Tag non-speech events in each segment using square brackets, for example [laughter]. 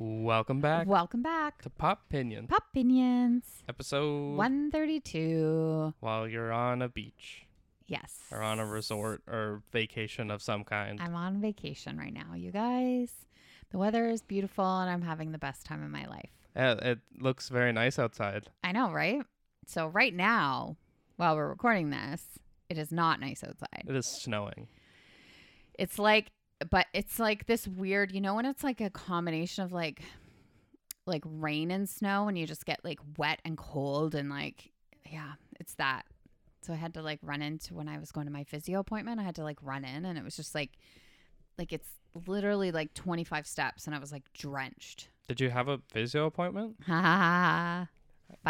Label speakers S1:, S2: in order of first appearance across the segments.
S1: Welcome back
S2: Welcome back.
S1: to Pop Pinion,
S2: Pop Opinions
S1: episode
S2: 132.
S1: while you're on a beach
S2: Yes.
S1: or on a resort or vacation of some kind.
S2: I'm on vacation right now, you guys. The weather is beautiful and I'm having the best time of my life.
S1: Yeah, it looks very nice outside.
S2: I know, right? So, right now, while we're recording this, it is not nice outside.
S1: It is snowing.
S2: It's like, but it's like this weird, you know, when it's like a combination of like, like rain and snow, and you just get like wet and cold, and like, yeah, it's that. So I had to like run into when I was going to my physio appointment. I had to like run in, and it was just like, like it's literally like 25 steps, and I was like drenched. [laughs]
S1: Did you have a physio appointment?
S2: Ha ha
S1: that-
S2: ha.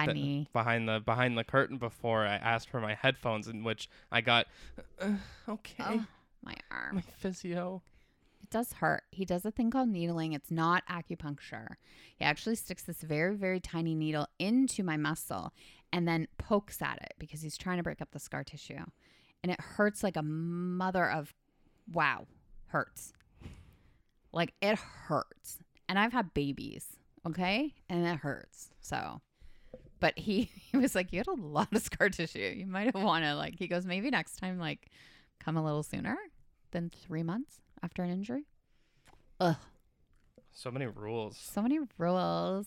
S2: Funny.
S1: behind the behind the curtain before I asked for my headphones, in which I got [sighs] uh, okay,
S2: Oh, my arm.
S1: my physio.
S2: It does hurt. He does a thing called needling. It's not acupuncture. He actually sticks this very, very tiny needle into my muscle and then pokes at it because he's trying to break up the scar tissue. And it hurts like a mother of wow, hurts. Like it hurts. And I've had babies, okay? And it hurts. So but he, [laughs] he was like, You had a lot of scar tissue. You might have wanna like he goes, Maybe next time like come a little sooner than three months after an injury. Ugh,
S1: So many rules.
S2: so many rules.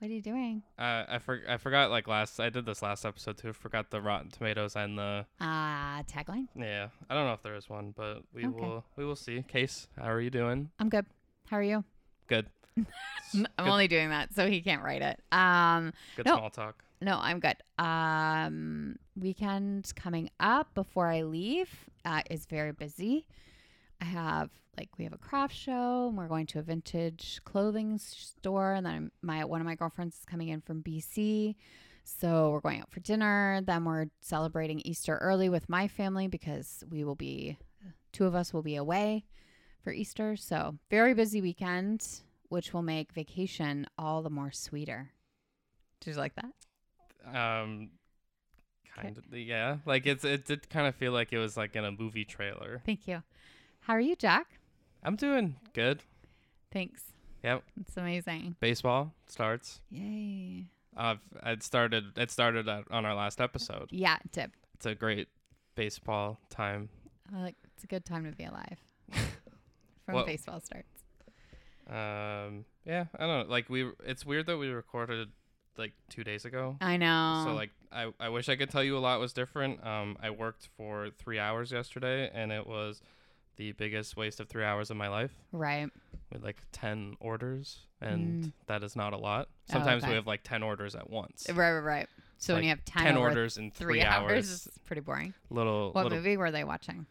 S2: What are you doing?
S1: Uh, I for, I forgot like last I did this last episode too. Forgot the Rotten Tomatoes and the
S2: Ah, tagline.
S1: yeah. I don't know if there is one, but we
S2: Okay.
S1: will we will see. Case, how are you doing?
S2: I'm good. How are you? [laughs]
S1: Good.
S2: I'm
S1: good
S2: only doing that so he can't write it. Um,
S1: good
S2: no.
S1: small talk.
S2: no, I'm good. Um, weekend coming up before I leave uh, is very busy. I have like we have a craft show and we're going to a vintage clothing store and then my one of my girlfriends is coming in from BC. So we're going out for dinner, then we're celebrating Easter early with my family because we will be two of us will be away for Easter. So, very busy weekend, which will make vacation all the more sweeter. Did you like that?
S1: Um, kind of yeah. Like it's it did kind of feel like it was like in a movie trailer.
S2: Thank you. How are you, Jack?
S1: I'm doing good.
S2: Thanks.
S1: Yep.
S2: It's amazing.
S1: Baseball starts.
S2: Yay.
S1: Uh, it started. It started at, on our last episode.
S2: Yeah, tip.
S1: It's a great baseball time.
S2: I like it's a good time to
S1: [laughs]
S2: be alive. From
S1: Well-
S2: baseball starts.
S1: Um, yeah, I don't know. Like we, it's weird that we recorded like two days ago.
S2: I know.
S1: So like, I, I wish I could tell you a lot was different. Um, I worked for three hours yesterday, and it was the biggest waste of three hours of my life.
S2: right.
S1: With like ten orders, and that is not a lot.
S2: Mm. Oh,
S1: Sometimes we
S2: okay.
S1: have like ten orders at once.
S2: Right, right, right. So when
S1: Like,
S2: you have 10,
S1: Ten
S2: over
S1: orders in
S2: three, [laughs] hours, it's pretty boring.
S1: Little
S2: What
S1: little
S2: movie were they watching?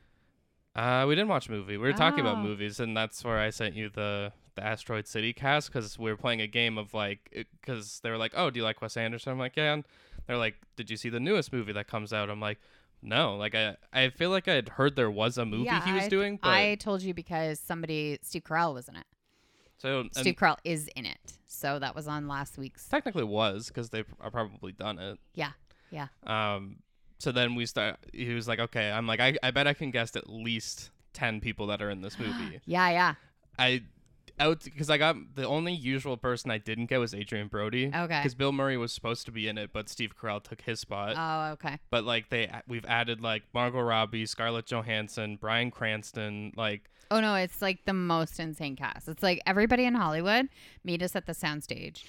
S1: Uh, we didn't watch a movie. We were talking about
S2: Oh.
S1: movies, and that's where I sent you the the Asteroid City cast because we were playing a game of like, because they were like, "Oh, do you like Wes Anderson?" I'm like, "Yeah." And they're like, "Did you see the newest movie that comes out?" I'm like, "No." Like I I feel like I had heard there was a movie
S2: Yeah,
S1: he was
S2: I-
S1: doing, but
S2: I told you because somebody, Steve Carell was in it.
S1: so and
S2: Steve Carell is in it. So that was on last week's.
S1: technically was because they pr- are probably done it.
S2: Yeah. Yeah.
S1: Um. So then we start. He was like, "Okay." I'm like, "I I bet I can guess at least ten people that are in
S2: [gasps]
S1: this movie."
S2: Yeah. Yeah.
S1: I out because I got the only usual person I didn't get was Adrian Brody.
S2: Okay.
S1: Because Bill Murray was supposed to be in it, but Steve Carell took his spot.
S2: Oh, okay.
S1: but like they we've added like Margot Robbie, Scarlett Johansson, Brian Cranston, like
S2: Oh, no. It's like the most insane cast. It's like everybody in Hollywood meet us at the soundstage.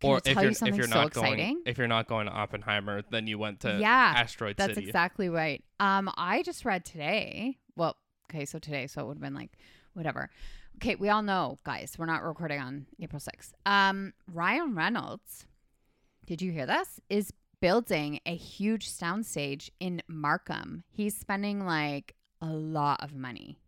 S2: Can I
S1: or
S2: tell
S1: if
S2: you
S1: you're if
S2: something
S1: you're
S2: so
S1: not going
S2: exciting?
S1: if you're not going to Oppenheimer, then you went to
S2: Yeah,
S1: Asteroid
S2: That's
S1: City.
S2: exactly right. Um, I just read today. Well, okay, so today, so it would have been like whatever. Okay, we all know, guys, we're not recording on April 6th. Um, Ryan Reynolds, did you hear this? Is building a huge soundstage in Markham. He's spending like a lot of money.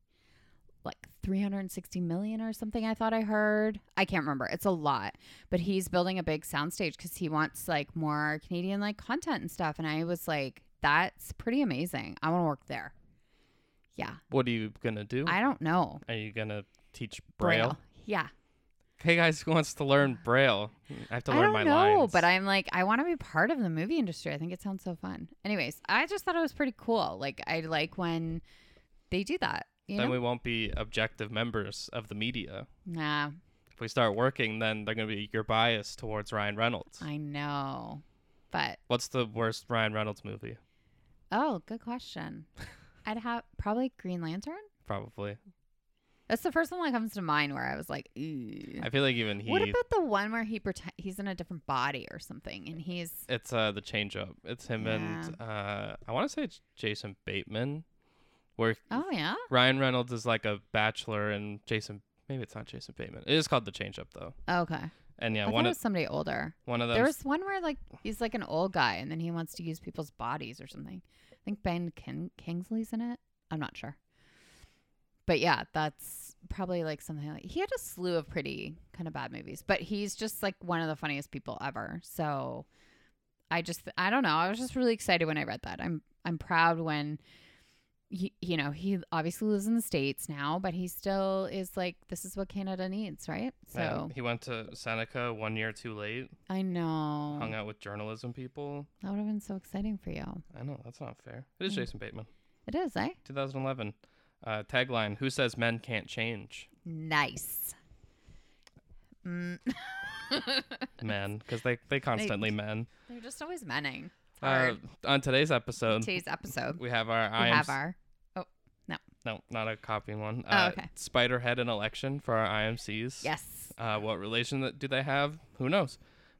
S2: Like 360 million or something, I thought I heard. I can't remember. It's a lot but he's building a big soundstage because he wants like more Canadian like content and stuff. And I was like, that's pretty amazing. I want to work there. Yeah,
S1: what are you gonna do?
S2: I don't know
S1: are you gonna teach Braille?
S2: Yeah,
S1: Hey guys, who wants to learn Braille? I have to
S2: I
S1: learn
S2: don't
S1: my
S2: know,
S1: lines.
S2: but I'm like, I want to be part of the movie industry. I think it sounds so fun. Anyways, I just thought it was pretty cool. Like, I like when they do that. You
S1: then
S2: know,
S1: we won't be objective members of the media.
S2: nah,
S1: we start working, then they're gonna be your bias towards Ryan Reynolds.
S2: I know. But
S1: What's the worst Ryan Reynolds movie?
S2: oh, good
S1: [laughs]
S2: question. I'd have probably Green Lantern.
S1: Probably.
S2: That's the first one that comes to mind where I was like, Ew.
S1: I feel like even he.
S2: What about the one where he pretend he's in a different body or something and he's
S1: it's uh the change up. It's him and uh I want to say it's Jason Bateman, where
S2: Oh yeah?
S1: Ryan Reynolds is like a bachelor and Jason. Maybe it's not Jason Bateman. It is called the change up though.
S2: Okay.
S1: And yeah,
S2: I thought
S1: one of
S2: it was somebody older.
S1: one of them.
S2: There was one where like he's like an old guy and then he wants to use people's bodies or something. I think Ben Kin- Kingsley's in it. I'm not sure. But yeah, that's probably like something like he had a slew of pretty kind of bad movies, but he's just like one of the funniest people ever. So I just I don't know. I was just really excited when I read that. I'm I'm proud when he, you know, he obviously lives in the states now, but he still is like this is what Canada needs, right? So
S1: yeah, he went to Seneca one year too late.
S2: I know.
S1: Hung out with journalism people.
S2: That would have been so exciting for you.
S1: I know that's not fair. It is
S2: Mm.
S1: Jason Bateman.
S2: It is, eh?
S1: 2011. Uh, tagline: Who says men can't change?
S2: Nice. Mm. [laughs]
S1: Men, because they they constantly men.
S2: They're just always menning. It's
S1: Uh,
S2: hard.
S1: on today's episode,
S2: Today's episode.
S1: we have our
S2: We
S1: I am s-
S2: have our.
S1: no, not a copying one.
S2: Oh,
S1: uh,
S2: okay.
S1: Spiderhead and election for our IMCs.
S2: Yes.
S1: Uh, what relation that do they have? Who knows?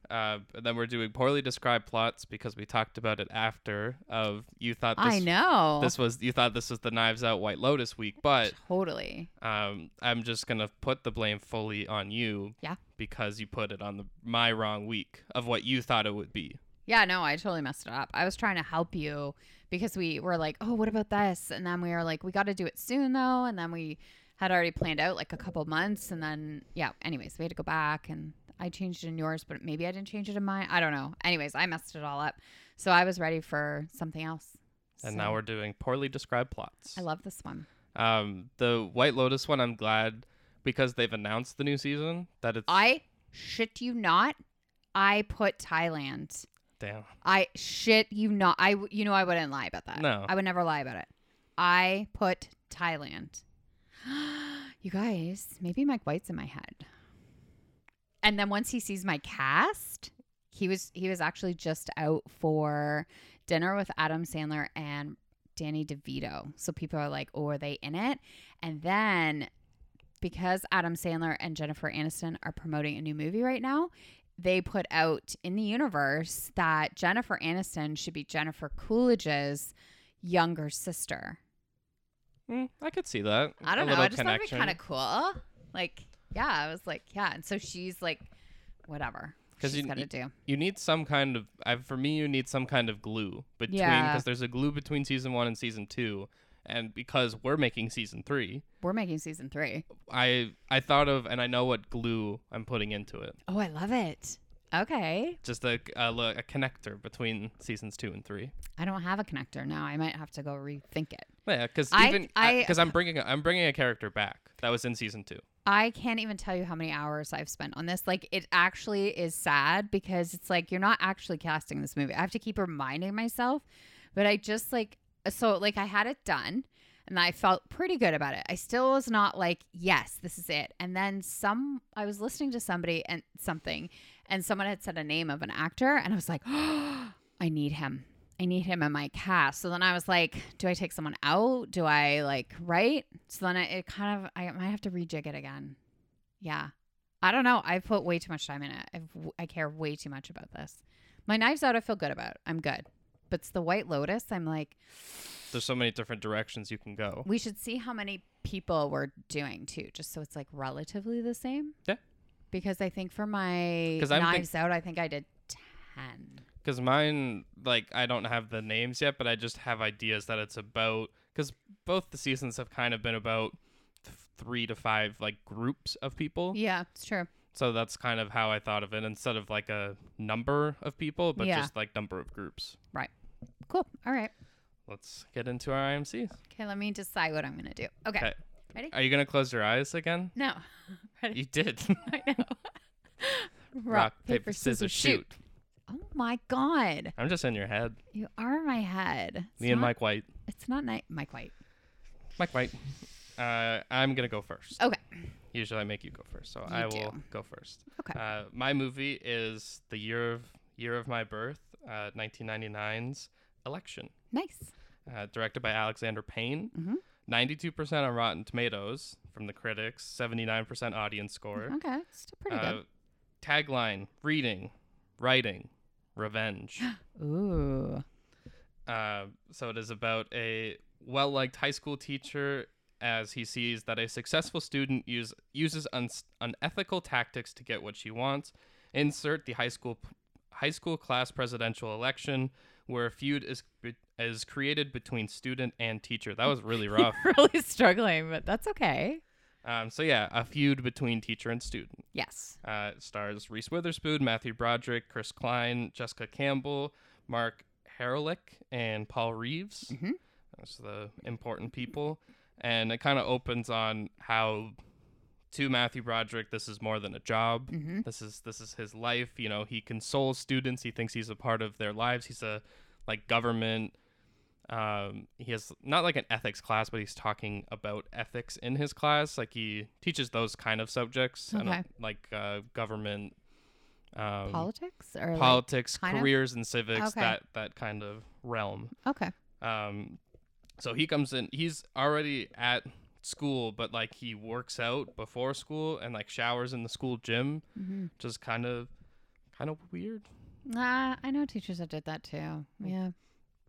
S1: Uh, and then we're doing poorly described plots because we talked about it after. Of you thought this,
S2: I know.
S1: this was you thought this was the Knives Out White Lotus week, but
S2: totally.
S1: um, I'm just gonna put the blame fully on you.
S2: Yeah.
S1: Because you put it on the my wrong week of what you thought it would be.
S2: Yeah, no, I totally messed it up. I was trying to help you because we were like, oh, what about this? And then we were like, we got to do it soon, though. And then we had already planned out like a couple months. And then, yeah, anyways, we had to go back and I changed it in yours, but maybe I didn't change it in mine. I don't know. Anyways, I messed it all up. So I was ready for something else.
S1: And
S2: So,
S1: now we're doing poorly described plots.
S2: I love this one.
S1: um, the White Lotus one. I'm glad because they've announced the new season that it's
S2: I shit you not. I put Thailand.
S1: damn.
S2: I shit you not. I w- you know I wouldn't lie about that.
S1: No.
S2: I would never lie about it. I put Thailand. [gasps] you guys, maybe Mike White's in my head. And then once he sees my cast, he was he was actually just out for dinner with Adam Sandler and Danny DeVito. So people are like, "Oh, are they in it?" And then because Adam Sandler and Jennifer Aniston are promoting a new movie right now, they put out in the universe that Jennifer Aniston should be Jennifer Coolidge's younger sister.
S1: Mm, I could see that.
S2: I
S1: A
S2: don't know.
S1: little
S2: I just
S1: connection.
S2: thought it'd be kind of cool. Like, yeah, I was like, yeah. And so she's like, whatever.
S1: 'Cause
S2: She's
S1: you-
S2: got to do.
S1: you need some kind of I, for me you need some kind of glue between because
S2: Yeah.
S1: there's a glue between season one and season two and because we're making season three
S2: We're making season three.
S1: i i thought of and i know what glue i'm putting into it
S2: Oh, I love it. Okay.
S1: just a, a, li- a connector between seasons two and three
S2: I don't have a connector now. I might have to go rethink it.
S1: yeah because
S2: I-
S1: even
S2: I-
S1: because i'm bringing a, i'm bringing a character back that was in season two
S2: I can't even tell you how many hours I've spent on this. Like, it actually is sad because it's like you're not actually casting this movie. I have to keep reminding myself, but I just like, so like I had it done and I felt pretty good about it. I still was not like, yes, this is it. And then some, I was listening to somebody and something, and someone had said a name of an actor, and I was like, [gasps] oh, I need him. I need him in my cast. So then I was like, do I take someone out? Do I like write? So then it, it kind of, I might have to rejig it again. Yeah. I don't know. I've put way too much time in it. I've, I care way too much about this. My Knives Out, I feel good about. I'm good. But it's the White Lotus. I'm like,
S1: there's so many different directions you can go
S2: we should see how many people we're doing too, just so it's like relatively the same.
S1: Yeah.
S2: Because I think for my
S1: 'Cause I'm think-
S2: Knives Out, I think I did 10.
S1: because mine like i don't have the names yet but i just have ideas that it's about because both the seasons have kind of been about th- three to five like groups of people
S2: Yeah, it's true.
S1: so that's kind of how i thought of it instead of like a number of people but
S2: Yeah.
S1: just like number of groups
S2: Cool. All right.
S1: let's get into our imcs
S2: Okay, let me decide what I'm going to do. Okay.
S1: Okay.
S2: Ready?
S1: are you gonna close your eyes again
S2: No. [laughs] Ready?
S1: you did [laughs]
S2: I know.
S1: rock paper scissors shoot
S2: Oh my God.
S1: i'm just in your head
S2: You are in my head. It's
S1: me and
S2: not-
S1: mike white
S2: It's not night. Mike White.
S1: mike white uh, i'm gonna go first
S2: Okay.
S1: Usually I make you go first, so
S2: You
S1: I will
S2: do.
S1: go first.
S2: Okay.
S1: Uh, my movie is the year of year of my birth, uh, 1999's Election,
S2: Nice.
S1: uh, directed by Alexander Payne.
S2: Mhm.
S1: 92% on Rotten Tomatoes from the critics, 79% audience score.
S2: Okay. Still pretty
S1: Uh, tagline: Reading, writing,
S2: [laughs]
S1: revenge.
S2: good. Ooh. [laughs]
S1: Uh, so it is about a well-liked high school teacher as he sees that a successful student use, uses uns unethical tactics to get what she wants. Insert the high school p- high school class presidential election where a feud is be- is created between student and teacher. That was really rough.
S2: really struggling, but that's okay.
S1: um, so yeah, a feud between teacher and student.
S2: Yes.
S1: Uh, it stars Reese Witherspoon, Matthew Broderick, Chris Klein, Jessica Campbell, Mark Harrelick, and Paul Reeves.
S2: Mhm.
S1: Those are the important people. And it kind of opens on how to Matthew Broderick, this is more than a job.
S2: Mhm.
S1: This is this is his life. You know, he consoles students. He thinks he's a part of their lives. He's a like government. Um, he has not like an ethics class, but he's talking about ethics in his class. Like he teaches those kind of subjects, I don't-
S2: Okay.
S1: like uh, government, um,
S2: Politics or like,
S1: politics,
S2: kind of?
S1: careers, and civics.
S2: Okay.
S1: That that kind of realm.
S2: okay.
S1: Um, so he comes in. He's already at school, but like he works out before school and like showers in the school gym,
S2: Mm-hmm.
S1: which is kind of kind of weird.
S2: Nah, I know teachers that did that
S1: Mm.
S2: too. Yeah,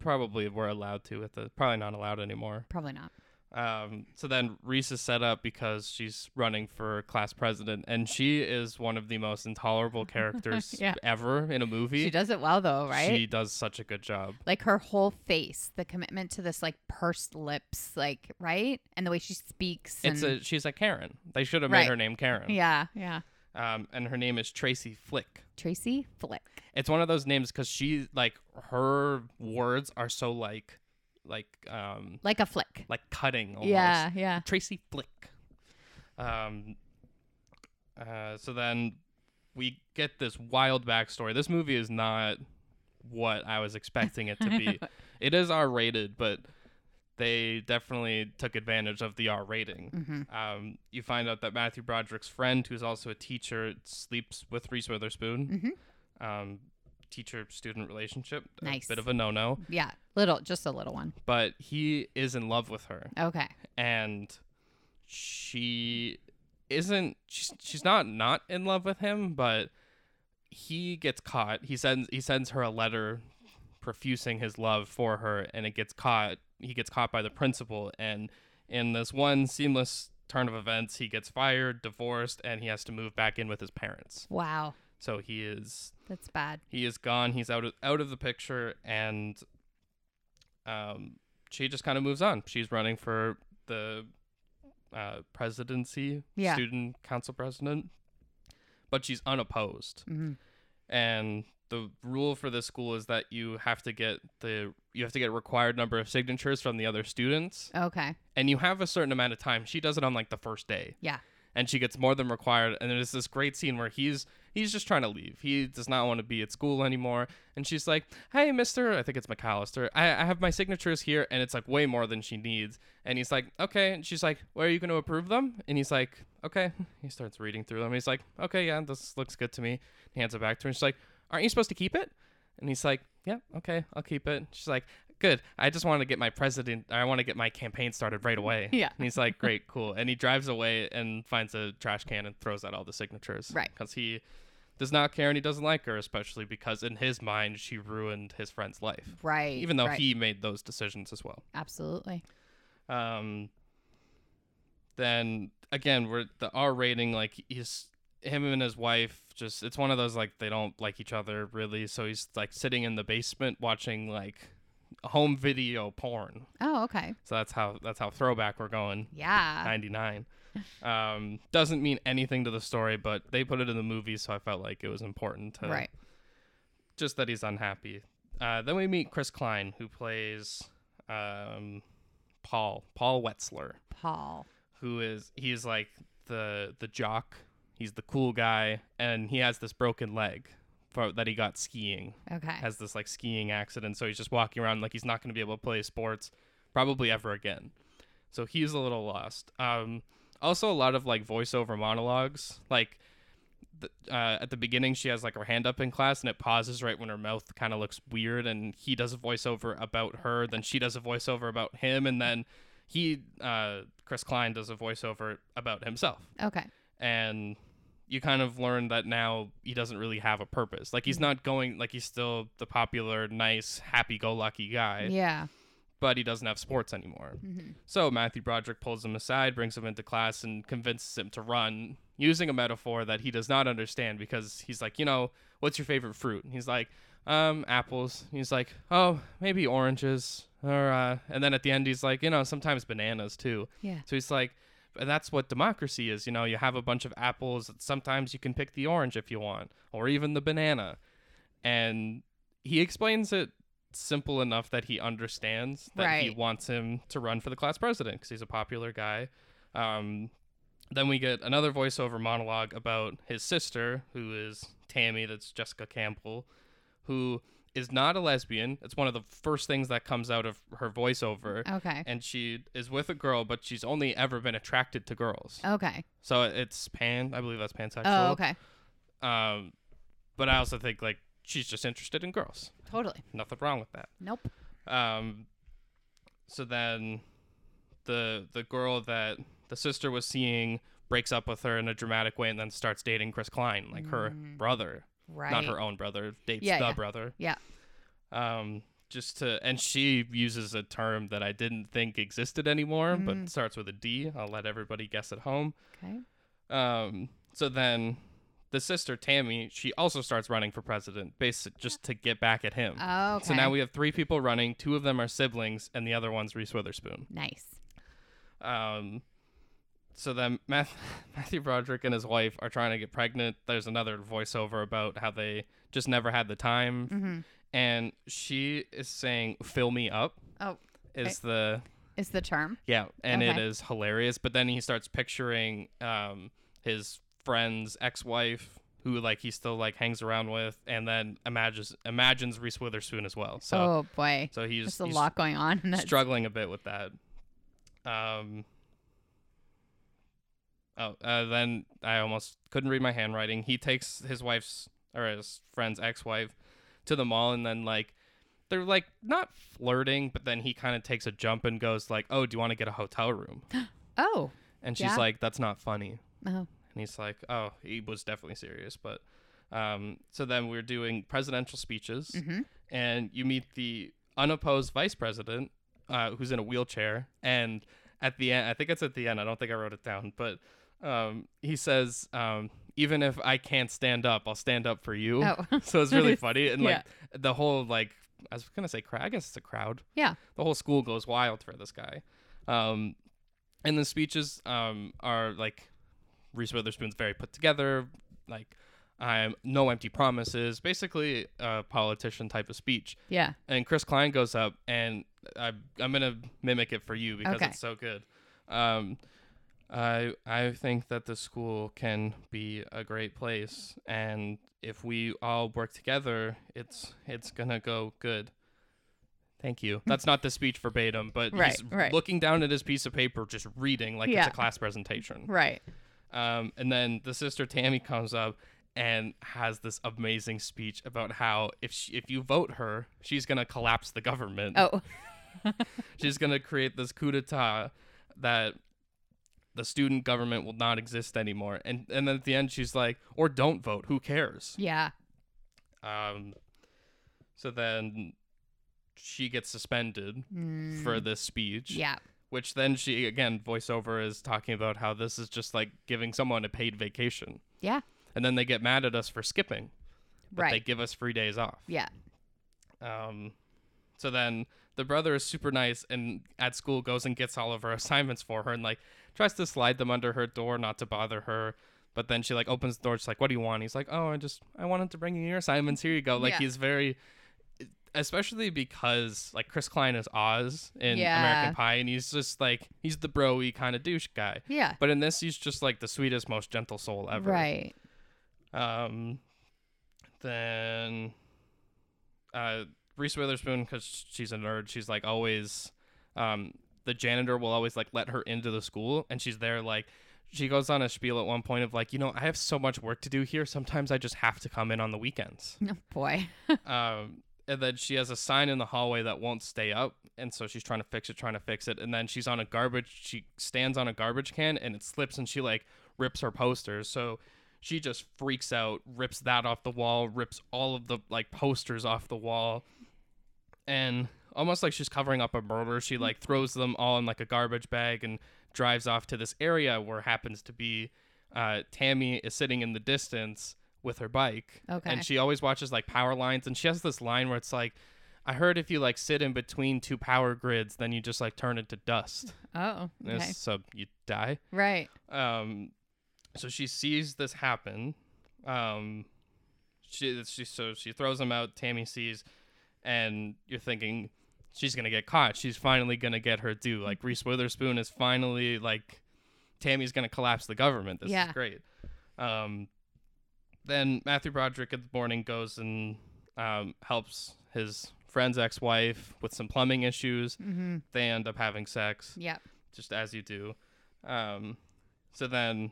S1: Probably were allowed to with the probably not allowed anymore.
S2: probably not.
S1: Um, so then Reese is set up because she's running for class president, and she is one of the most intolerable characters
S2: [laughs] Yeah.
S1: ever in a movie.
S2: She does it well though, right?
S1: She does such a good job.
S2: like her whole face, the commitment to this like pursed lips, like right, and the way she speaks. And,
S1: It's a she's a Karen. They should have
S2: Right.
S1: made her name Karen.
S2: yeah, yeah.
S1: Um, and her name is Tracy Flick.
S2: Tracy Flick.
S1: It's one of those names because she like her words are so like like um
S2: like a flick.
S1: like cutting. Almost.
S2: Yeah, yeah.
S1: Tracy Flick. Um, uh, so then we get this wild backstory. This movie is not what I was expecting it to
S2: [laughs]
S1: be. it is R rated, but they definitely took advantage of the R rating.
S2: Mm-hmm.
S1: Um, you find out that Matthew Broderick's friend, who's also a teacher, sleeps with Reese Witherspoon.
S2: Mhm.
S1: Um, teacher student relationship.
S2: Nice.
S1: A bit of a no no.
S2: Yeah, little, just a little one.
S1: But he is in love with her
S2: Okay.
S1: and she isn't she's, she's not not in love with him but he gets caught he sends he sends her a letter profusing his love for her and it gets caught he gets caught by the principal and in this one seamless turn of events he gets fired divorced and he has to move back in with his parents
S2: Wow,
S1: so he is
S2: that's bad.
S1: he is gone. He's out of out of the picture, and um, she just kind of moves on. She's running for the uh, presidency,
S2: Yeah.
S1: student council president, but she's unopposed.
S2: Mhm.
S1: And the rule for this school is that you have to get the you have to get a required number of signatures from the other students,
S2: Okay.
S1: and you have a certain amount of time. She does it on like the first day
S2: Yeah.
S1: and she gets more than required and there's this great scene where he's he's just trying to leave he does not want to be at school anymore and she's like hey mister i think it's mcallister i, I have my signatures here and it's like way more than she needs and he's like okay and she's like where are you going to approve them and he's like okay [laughs] he starts reading through them he's like okay yeah this looks good to me he hands it back to her and she's like aren't you supposed to keep it and he's like yeah okay i'll keep it she's like good i just want to get my president i want to get my campaign started right away
S2: [laughs] Yeah.
S1: and he's like, great, cool. And he drives away and finds a trash can and throws out all the signatures.
S2: Right.
S1: Because he does not care and he doesn't like her, especially because in his mind, she ruined his friend's life,
S2: Right.
S1: even though
S2: right.
S1: he made those decisions as well.
S2: absolutely.
S1: Um, then again, we're the R rating, like, he's him and his wife just it's one of those like they don't like each other really so he's like sitting in the basement watching like home video porn
S2: Oh, okay.
S1: so that's how that's how throwback we're going
S2: Yeah. [laughs]
S1: 99 um, doesn't mean anything to the story but they put it in the movie so i felt like it was important to
S2: Right.
S1: just that he's unhappy uh, then we meet chris klein who plays um, paul paul wetzler
S2: Paul.
S1: who is he's like the the jock he's the cool guy and he has this broken leg for, that he got skiing
S2: Okay.
S1: has this like skiing accident so he's just walking around like he's not going to be able to play sports probably ever again so he's a little lost um Also, a lot of like voiceover monologues. Like th- uh, at the beginning, she has like her hand up in class, and it pauses right when her mouth kind of looks weird, and he does a voiceover about her. Then she does a voiceover about him, and then he, uh, Chris Klein, does a voiceover about himself.
S2: Okay.
S1: And you kind of learn that now he doesn't really have a purpose. Like he's not going like he's still the popular, nice, happy-go-lucky guy,
S2: Yeah.
S1: but he doesn't have sports anymore.
S2: Mhm.
S1: So Matthew Broderick pulls him aside, brings him into class, and convinces him to run using a metaphor that he does not understand because he's like, you know, what's your favorite fruit? And he's like, um, apples. And he's like, oh, maybe oranges. Or uh, and then at the end he's like, you know, sometimes bananas too.
S2: Yeah.
S1: So he's like, and that's what democracy is. You know, you have a bunch of apples. Sometimes you can pick the orange if you want, or even the banana. And he explains it simple enough that he understands that he
S2: Right.
S1: wants him to run for the class president because he's a popular guy. Um, then we get another voiceover monologue about his sister, who is Tammy, that's Jessica Campbell, who is not a lesbian. It's one of the first things that comes out of her voiceover
S2: Okay.
S1: and she is with a girl, but she's only ever been attracted to girls.
S2: Okay.
S1: So it's pan. I believe that's pansexual.
S2: Oh, okay.
S1: Um, but I also think like she's just interested in girls.
S2: Totally.
S1: Nothing wrong with that.
S2: Nope.
S1: Um, so then the the girl that the sister was seeing breaks up with her in a dramatic way, and then starts dating Chris Klein, like her brother,
S2: Mm. Right.
S1: not her own brother, dates
S2: Yeah,
S1: the
S2: yeah.
S1: brother.
S2: Yeah.
S1: Um, just to and she uses a term that I didn't think existed anymore,
S2: Mm.
S1: but starts with a D. I'll let everybody guess at home.
S2: Okay.
S1: Um, so then the sister Tammy, she also starts running for president, basic just to get back at him.
S2: Oh,
S1: So now
S2: okay.
S1: we have three people running. Two of them are siblings, and the other one's Reese Witherspoon.
S2: Nice.
S1: Um, so then [laughs] Math- Matthew Broderick and his wife are trying to get pregnant. There's another voiceover about how they just never had the time,
S2: Mm-hmm.
S1: and she is saying "fill me up"
S2: Oh,
S1: is the
S2: is the term?
S1: yeah, and it
S2: Okay.
S1: is hilarious. But then he starts picturing um his friend's ex-wife who like he still like hangs around with, and then imagines imagines Reese Witherspoon as well. So
S2: oh boy.
S1: so he's
S2: There's a
S1: he's-
S2: lot going on. In that.
S1: struggling a bit with that. Um. Oh, uh, then I almost couldn't read my handwriting. He takes his wife's or his friend's ex-wife to the mall, and then like they're like not flirting, but then he kind of takes a jump and goes like, "Oh, do you want to get a hotel room?"
S2: oh.
S1: And she's
S2: Yeah.
S1: like, "That's not funny."
S2: Oh.
S1: And he's like, "Oh, he was definitely serious." But um, so then we're doing presidential speeches,
S2: Mm-hmm.
S1: and you meet the unopposed vice president, uh, who's in a wheelchair. And at the end, I think it's at the end. I don't think I wrote it down, but um, he says, um, "Even if I can't stand up, I'll stand up for you."
S2: Oh.
S1: [laughs] so it's
S2: [laughs]
S1: really funny, and
S2: Yeah.
S1: like the whole like I was gonna say, crowd. I guess it's a crowd
S2: Yeah.
S1: the whole school goes wild for this guy. Um, and the speeches um, are like Reese Witherspoon's very put together, like I'm no empty promises, basically a politician type of speech.
S2: Yeah.
S1: And Chris Klein goes up, and I, I'm gonna mimic it for you because
S2: Okay.
S1: it's so good. Um, I I think that the school can be a great place, and if we all work together, it's it's gonna go good. Thank you. That's not the speech verbatim, but
S2: Hmm. Right,
S1: he's
S2: right.
S1: looking down at his piece of paper, just reading like it's
S2: Yeah.
S1: a class presentation.
S2: Right.
S1: Um, and then the sister Tammy comes up and has this amazing speech about how if she, if you vote her, she's gonna collapse the government.
S2: Oh. [laughs]
S1: She's gonna create this coup d'état that the student government will not exist anymore. And and then at the end, she's like, or don't vote. Who cares?
S2: Yeah.
S1: Um, so then she gets suspended for this speech.
S2: mm, Yeah.
S1: Which then she again voiceover is talking about how this is just like giving someone a paid vacation
S2: Yeah.
S1: and then they get mad at us for skipping but they
S2: Right.
S1: give us free days off
S2: Yeah.
S1: um, so then the brother is super nice and at school goes and gets all of her [laughs] assignments for her and like tries to slide them under her door not to bother her but then she like opens the door she's like what do you want he's like oh i just i wanted to bring you your assignments here you go like
S2: Yeah.
S1: he's very especially because like chris klein is oz in
S2: Yeah.
S1: american pie and he's just like he's the broy kind of douche guy
S2: Yeah.
S1: but in this he's just like the sweetest most gentle soul ever
S2: Right.
S1: um, then uh, Reese Witherspoon, because she's a nerd, she's like always, um, the janitor will always like let her into the school, and she's there like, she goes on a spiel at one point of like, you know, I have so much work to do here. Sometimes I just have to come in on the weekends.
S2: Oh, boy.
S1: um, and then she has a sign in the hallway that won't stay up, and so she's trying to fix it, trying to fix it. And then she's on a garbage. She stands on a garbage can, and it slips, and she like rips her posters. So she just freaks out, rips that off the wall, rips all of the like posters off the wall, and almost like she's covering up a murder, she like throws them all in like a garbage bag and drives off to this area where happens to be uh, Tammy is sitting in the distance with her bike.
S2: Okay.
S1: And she always watches like power lines, and she has this line where it's like. I heard if you like sit in between two power grids, then you just like turn into dust.
S2: Oh,
S1: And
S2: okay.
S1: it's- So you die.
S2: Right.
S1: Um, so she sees this happen. Um, she, she so she throws him out. Tammy sees, and you're thinking she's gonna get caught. She's finally gonna get her due. Like Reese Witherspoon is finally like Tammy's gonna collapse the government. This
S2: Yeah.
S1: is great. Um, then Matthew Broderick in the morning goes and um, helps his friend's ex-wife with some plumbing issues.
S2: Mm-hmm.
S1: They end up having sex
S2: Yep.
S1: just as you do. Um, so then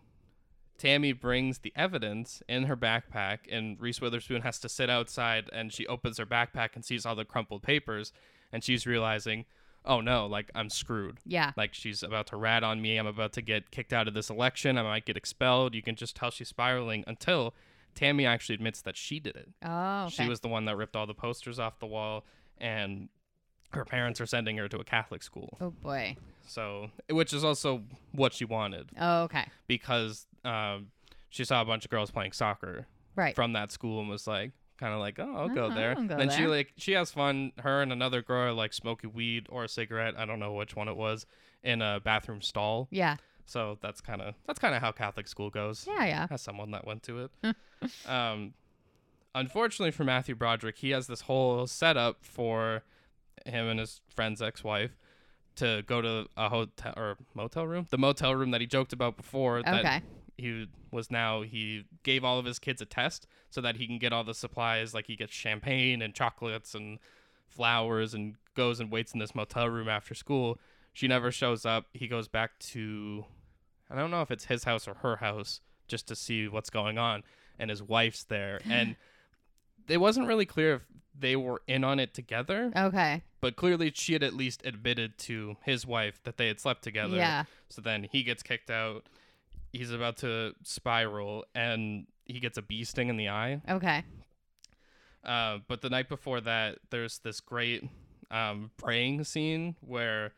S1: Tammy brings the evidence in her backpack, and Reese Witherspoon has to sit outside, and she opens her backpack and sees all the crumpled papers, and she's realizing, oh no, like I'm screwed.
S2: Yeah.
S1: Like she's about to rat on me. I'm about to get kicked out of this election. I might get expelled. You can just tell she's spiraling until Tammy actually admits that she did it.
S2: Oh, okay.
S1: She was the one that ripped all the posters off the wall, and her parents are sending her to a Catholic school.
S2: Oh boy.
S1: So, which is also what she wanted
S2: Oh, okay.
S1: because um, she saw a bunch of girls playing soccer
S2: Right.
S1: from that school and was like, kind of like, oh, I'll
S2: Oh,
S1: go there.
S2: I'll go
S1: and she
S2: there.
S1: like she has fun. Her and another girl are, like smoking weed or a cigarette. I don't know which one it was in a bathroom stall.
S2: yeah.
S1: So that's kind of that's kind of how Catholic school goes.
S2: Yeah. Yeah.
S1: As someone that went to
S2: [laughs]
S1: it. um, unfortunately for Matthew Broderick, he has this whole setup for him and his friend's ex-wife to go to a hotel or motel room, the motel room that he joked about before.
S2: Okay.
S1: That he was now he gave all of his kids a test so that he can get all the supplies, like he gets champagne and chocolates and flowers, and goes and waits in this motel room after school. She never shows up. He goes back to, I don't know if it's his house or her house, just to see what's going on. And his wife's there, and it wasn't really clear if they were in on it together
S2: Okay.
S1: but clearly she had at least admitted to his wife that they had slept together.
S2: Yeah.
S1: So then he gets kicked out. He's about to spiral and he gets a bee sting in the eye.
S2: Okay.
S1: Uh, but the night before that, there's this great um, praying scene where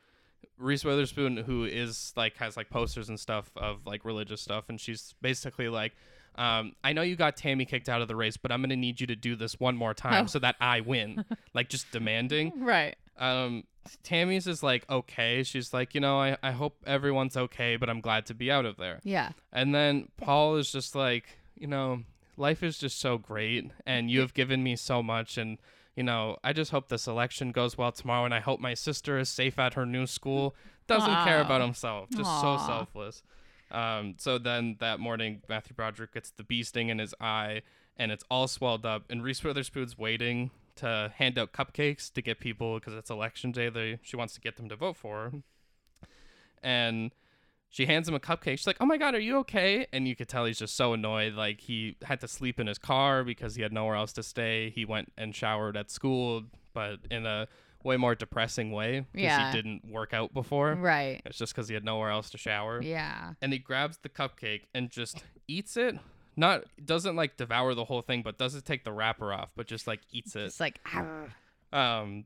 S1: Reese Witherspoon, who is like has like posters and stuff of like religious stuff, and she's basically like, um, "I know you got Tammy kicked out of the race, but I'm gonna need you to do this one more time
S2: Oh.
S1: so that I win." like just demanding.
S2: Right.
S1: Um, Tammy's is like, okay. She's like, you know, I, I hope everyone's okay, but I'm glad to be out of there.
S2: Yeah.
S1: And then Paul is just like, you know, life is just so great and you have given me so much. And, you know, I just hope this election goes well tomorrow. And I hope my sister is safe at her new school. Doesn't care
S2: Aw.
S1: about himself. Just so
S2: Aw.
S1: selfless. Um, so then that morning, Matthew Broderick gets the bee sting in his eye and it's all swelled up. And Reese Witherspoon's waiting to hand out cupcakes to get people because it's election day. They, she wants to get them to vote for her. And she hands him a cupcake. She's like, "Oh my god, are you okay?" And you could tell he's just so annoyed. Like he had to sleep in his car because he had nowhere else to stay. He went and showered at school, but in a way more depressing way because
S2: Yeah.
S1: he didn't work out before.
S2: Right.
S1: It's just because he had nowhere else to shower.
S2: Yeah.
S1: And he grabs the cupcake and just eats it. Not doesn't like devour the whole thing, but doesn't take the wrapper off, but just like eats it.
S2: It's like ah, "Arr."
S1: Um,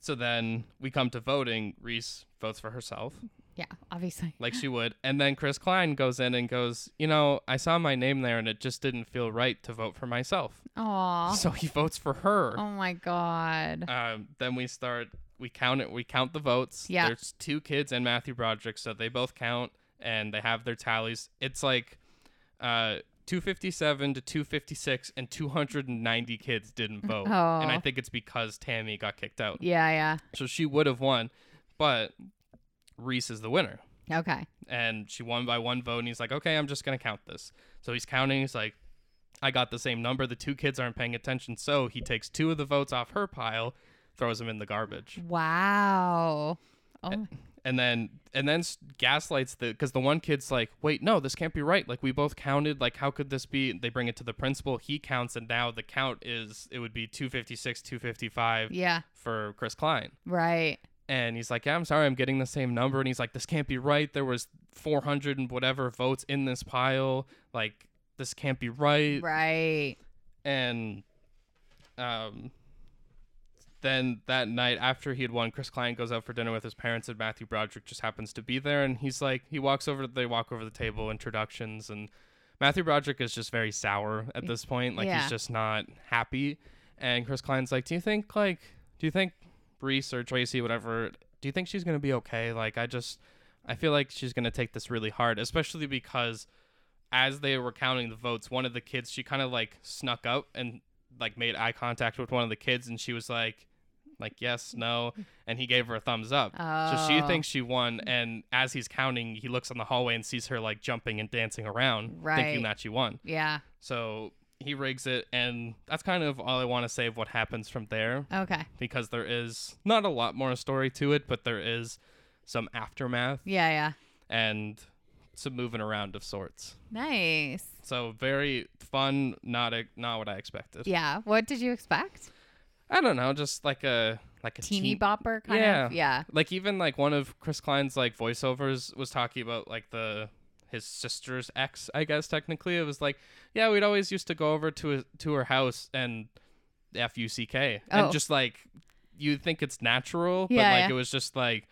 S1: so then we come to voting. Reese votes for herself
S2: yeah, obviously.
S1: like she would. And then Chris Klein goes in and goes, you know, I saw my name there and it just didn't feel right to vote for myself.
S2: Aw.
S1: So he votes for her.
S2: Oh my god.
S1: Um, then we start, we count it, we count the votes.
S2: Yeah.
S1: There's two kids and Matthew Broderick, so they both count and they have their tallies. It's like uh, 257 to 256 and 290 kids didn't
S2: [laughs]
S1: vote.
S2: Oh.
S1: And I think it's because Tammy got kicked out.
S2: Yeah,
S1: So she would have won, but Reese is the winner
S2: yeah. Okay.
S1: and she won by one vote and he's like okay i'm just gonna count this so he's counting he's like i got the same number the two kids aren't paying attention so he takes two of the votes off her pile throws them in the garbage
S2: Wow. Oh,
S1: and then and then s- gaslights the because the one kid's like wait no this can't be right like we both counted like how could this be they bring it to the principal he counts and now the count is it would be 256 255
S2: Yeah.
S1: for chris klein
S2: Right.
S1: and he's like, yeah, I'm sorry, I'm getting the same number. And he's like, this can't be right. There was 400 and whatever votes in this pile. Like, this can't be right.
S2: Right.
S1: And um, then that night after he had won, Chris Klein goes out for dinner with his parents, and Matthew Broderick just happens to be there. And he's like, he walks over. They walk over the table, introductions, and Matthew Broderick is just very sour at this point. Like
S2: Yeah.
S1: he's just not happy. And Chris Klein's like, do you think like, do you think Reese or Tracy, whatever, do you think she's gonna be okay? Like I just, I feel like she's gonna take this really hard, especially because as they were counting the votes, one of the kids she kind of like snuck up and like made eye contact with one of the kids, and she was like, like yes,
S2: [laughs]
S1: no, and he gave her a thumbs up. So she
S2: Oh.
S1: thinks she won, and as he's counting, he looks on the hallway and sees her like jumping and dancing around,
S2: Right.
S1: thinking that she won.
S2: Yeah.
S1: So he rigs it, and that's kind of all I want to say of what happens from there,
S2: Okay.
S1: because there is not a lot more story to it, but there is some aftermath
S2: Yeah. Yeah.
S1: and some moving around of sorts.
S2: Nice.
S1: So very fun, not a, not what I expected.
S2: Yeah. What did you expect?
S1: I don't know, just like a like a
S2: Teeny
S1: teen-
S2: bopper kind
S1: Yeah.
S2: of. Yeah.
S1: like even like one of Chris Klein's like voiceovers was talking about like the his sister's ex, I guess technically it was like, yeah, we'd always used to go over to his, to her house and f u c k
S2: Oh.
S1: and just like you think it's natural, but
S2: Yeah,
S1: like
S2: yeah.
S1: it was just like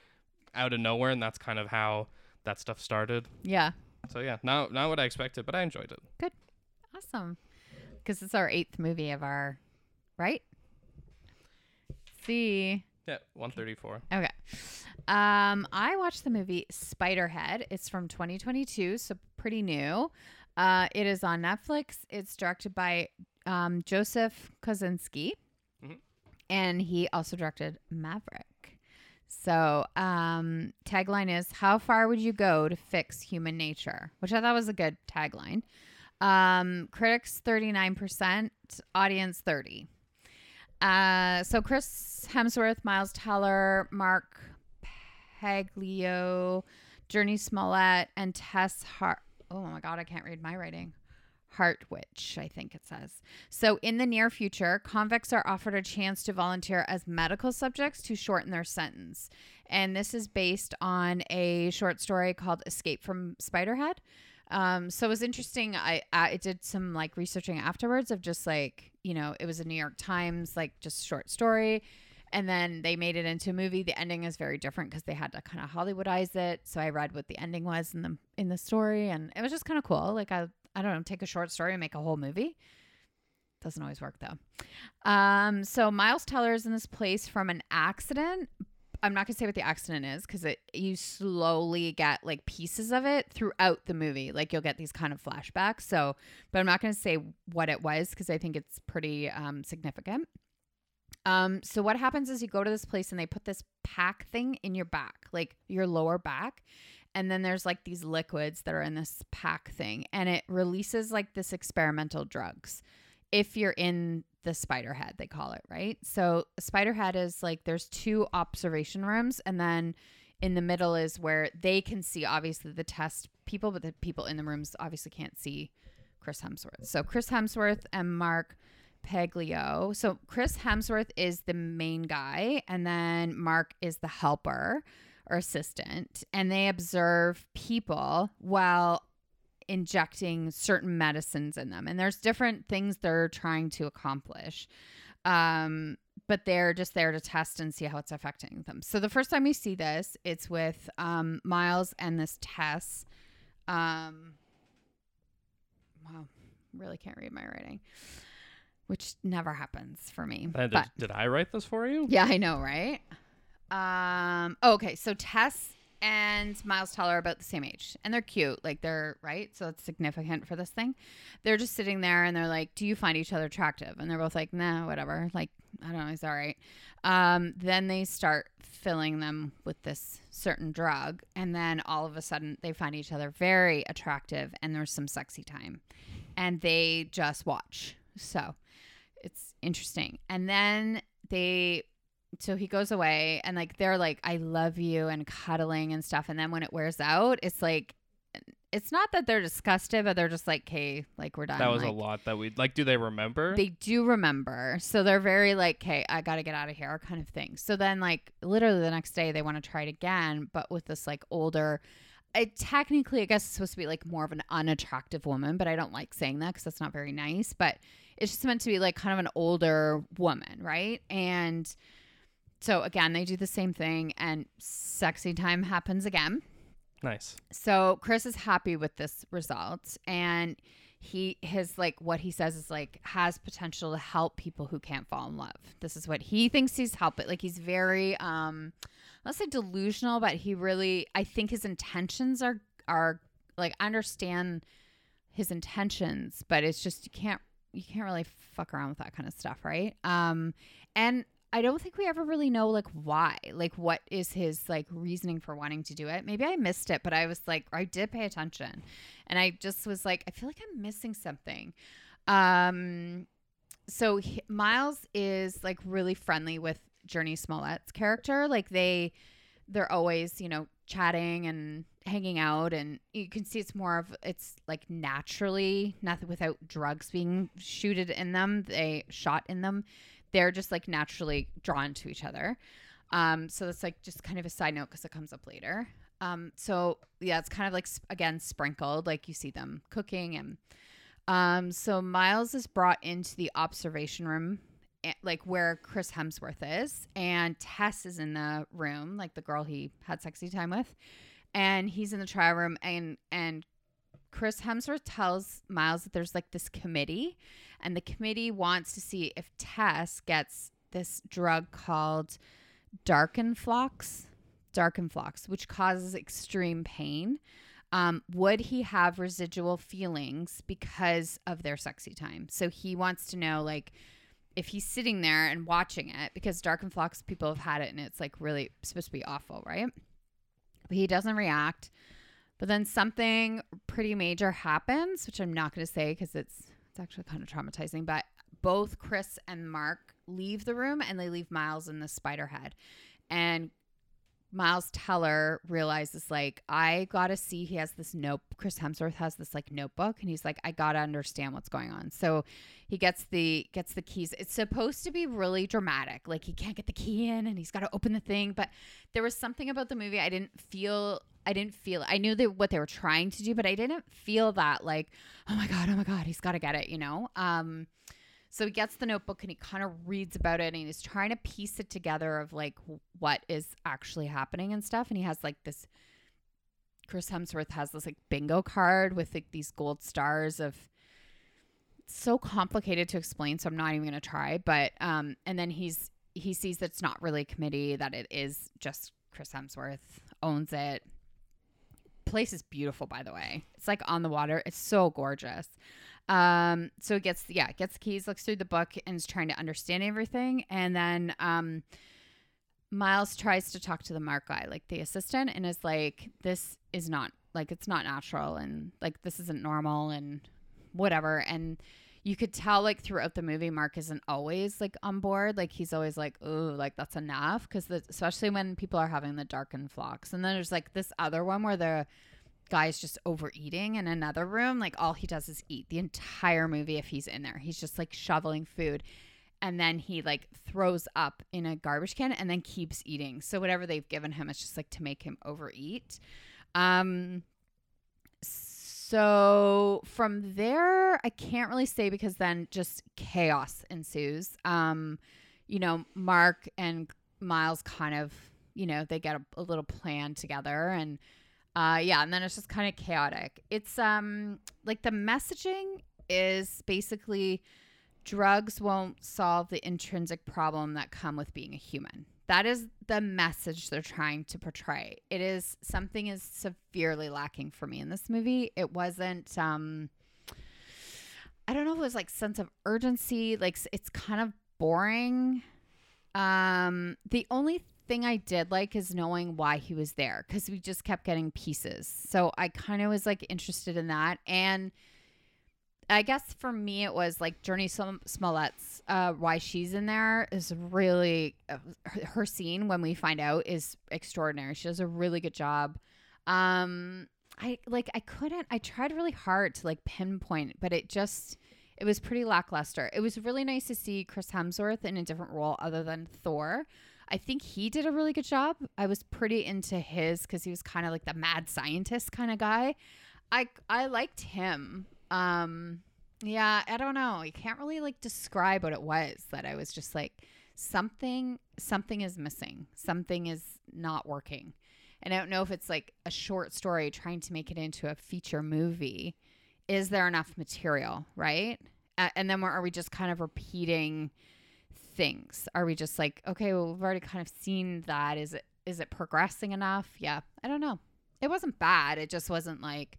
S1: out of nowhere, and that's kind of how that stuff started.
S2: Yeah.
S1: So yeah, not not what I expected, but I enjoyed it.
S2: Awesome. Because it's our eighth movie of our, right? See.
S1: Yeah, one thirty four.
S2: Okay. Um, I watched the movie Spiderhead. It's from 2022, so pretty new. Uh, it is on Netflix. It's directed by um, Joseph Kosinski,
S1: Mhm.
S2: and he also directed Maverick. So, um, tagline is "How far would you go to fix human nature?" Which I thought was a good tagline. Um, critics 39%, audience 30. Uh, so Chris Hemsworth, Miles Teller, Mark Paglio, Journey Smollett, and Tess Hart. Oh my God, I can't read my writing. Hartwich, I think it says. So, in the near future, convicts are offered a chance to volunteer as medical subjects to shorten their sentence. And this is based on a short story called Escape from Spiderhead. Um, so it was interesting. I, I I did some like researching afterwards of just like you know it was a New York Times like just short story, and then they made it into a movie. The ending is very different because they had to kind of Hollywoodize it. So I read what the ending was in the in the story, and it was just kind of cool. Like I I don't know, take a short story and make a whole movie. Doesn't always work though. Um, so Miles Teller is in this place from an accident. I'm not gonna say what the accident is because it you slowly get like pieces of it throughout the movie. Like you'll get these kind of flashbacks. So, but I'm not gonna say what it was because I think it's pretty um, significant. Um, so what happens is you go to this place and they put this pack thing in your back, like your lower back, and then there's like these liquids that are in this pack thing, and it releases like this experimental drugs. If you're in the spider head, they call it, right? So spider head is like there's two observation rooms, and then in the middle is where they can see obviously the test people, but the people in the rooms obviously can't see Chris Hemsworth. So Chris Hemsworth and Mark Paglio. So Chris Hemsworth is the main guy, and then Mark is the helper or assistant, and they observe people while injecting certain medicines in them. And there's different things they're trying to accomplish. Um, but they're just there to test and see how it's affecting them. So the first time we see this, it's with um, Miles and this Tess. Um, wow, really can't read my writing, which never happens for me.
S1: And
S2: but-
S1: did, did I write this for you?
S2: [laughs] yeah, I know, right? Um. oh, okay, so Tess and Miles Teller are about the same age, and they're cute. Like they're right, so it's significant for this thing. They're just sitting there, and they're like, "Do you find each other attractive?" And they're both like, "Nah, whatever. Like, I don't know, it's all right." Um. Then they start filling them with this certain drug, and then all of a sudden, they find each other very attractive, and there's some sexy time, and they just watch. So it's interesting. And then they so he goes away and like they're like i love you and cuddling and stuff and then when it wears out it's like it's not that they're disgusted but they're just like okay like we're done
S1: that was a
S2: Like,
S1: lot that we like. Do they remember?
S2: they do remember so they're very like okay i gotta get out of here kind of thing so then like literally the next day they want to try it again but with this like older it technically i guess it's supposed to be like more of an unattractive woman but i don't like saying that because that's not very nice but it's just meant to be like kind of an older woman right and so again they do the same thing and sexy time happens again
S1: nice.
S2: so Chris is happy with this result and he his like what he says is like has potential to help people who can't fall in love. This is what he thinks he's helping. Like he's very um let's say delusional, but he really I think his intentions are are like I understand his intentions, but it's just you can't you can't really fuck around with that kind of stuff, right? Um and I don't think we ever really know like why, like what is his like reasoning for wanting to do it. Maybe I missed it, but I was like, I did pay attention, and I just was like, I feel like I'm missing something. Um, so he, Miles is like really friendly with Journey Smollett's character. Like they, they're always you know chatting and hanging out, and you can see it's more of it's like naturally, nothing without drugs being shooted in them. They shot in them they're just like naturally drawn to each other. Um, so that's like just kind of a side note because it comes up later. Um, so yeah, it's kind of like sp- again sprinkled, like you see them cooking and um, so Miles is brought into the observation room, eh, like where Chris Hemsworth is, and Tess is in the room, like the girl he had sexy time with, and he's in the trial room, and and Chris Hemsworth tells Miles that there's like this committee, and the committee wants to see if Tess gets this drug called Darkenflox, Darkenflox, which causes extreme pain. Um, would he have residual feelings because of their sexy time? So he wants to know, like, if he's sitting there and watching it, because Darkenflox people have had it and it's like really supposed to be awful, right? But he doesn't react. But then something pretty major happens, which I'm not going to say because it's it's actually kind of traumatizing. But both Chris and Mark leave the room, and they leave Miles in the spider head. And Miles Teller realizes, like, I gotta see. He has this note. Chris Hemsworth has this like notebook, and he's like, I gotta understand what's going on. So he gets the gets the keys. It's supposed to be really dramatic. Like he can't get the key in, and he's got to open the thing. But there was something about the movie I didn't feel. I didn't feel. I knew that what they were trying to do, but I didn't feel that like, oh my god, oh my god, he's got to get it. You know. Um. So he gets the notebook and he kind of reads about it and he's trying to piece it together of like what is actually happening and stuff. And he has like this Chris Hemsworth has this like bingo card with like these gold stars of it's so complicated to explain, so I'm not even gonna try. But um and then he's he sees that it's not really a committee, that it is just Chris Hemsworth owns it. Place is beautiful, by the way. It's like on the water. It's so gorgeous. Um, so it gets yeah, it gets the keys, looks through the book, and is trying to understand everything. And then um, Miles tries to talk to the Mark guy, like the assistant, and is like, "This is not like it's not natural, and like this isn't normal, and whatever." And you could tell like throughout the movie, Mark isn't always like on board. Like he's always like, "Ooh, like that's enough," because especially when people are having the darkened flocks. And then there's like this other one where the guy's just overeating in another room. Like all he does is eat the entire movie if he's in there. He's just like shoveling food. And then he like throws up in a garbage can and then keeps eating. So whatever they've given him, it's just like to make him overeat. Um so from there, I can't really say because then just chaos ensues. Um, you know, Mark and Miles kind of, you know, they get a, a little plan together and uh yeah, and then it's just kind of chaotic. It's um like the messaging is basically drugs won't solve the intrinsic problem that come with being a human. That is the message they're trying to portray. It is something is severely lacking for me in this movie. It wasn't um I don't know if it was like sense of urgency, like s- it's kind of boring. Um, the only thing I did like is knowing why he was there because we just kept getting pieces. So I kind of was like interested in that. And I guess for me it was like Journey Sm- Smollett's uh, why she's in there is really uh, her, her scene when we find out is extraordinary. She does a really good job. Um, I like I couldn't. I tried really hard to like pinpoint, but it just it was pretty lackluster. It was really nice to see Chris Hemsworth in a different role other than Thor. I think he did a really good job. I was pretty into his because he was kind of like the mad scientist kind of guy. I I liked him. Um, yeah, I don't know. You can't really like describe what it was that I was just like something something is missing. Something is not working. And I don't know if it's like a short story trying to make it into a feature movie. Is there enough material, right? A- and then are we just kind of repeating things? Are we just like, okay, well, we've already kind of seen that. Is it is it progressing enough? Yeah, I don't know. It wasn't bad. It just wasn't like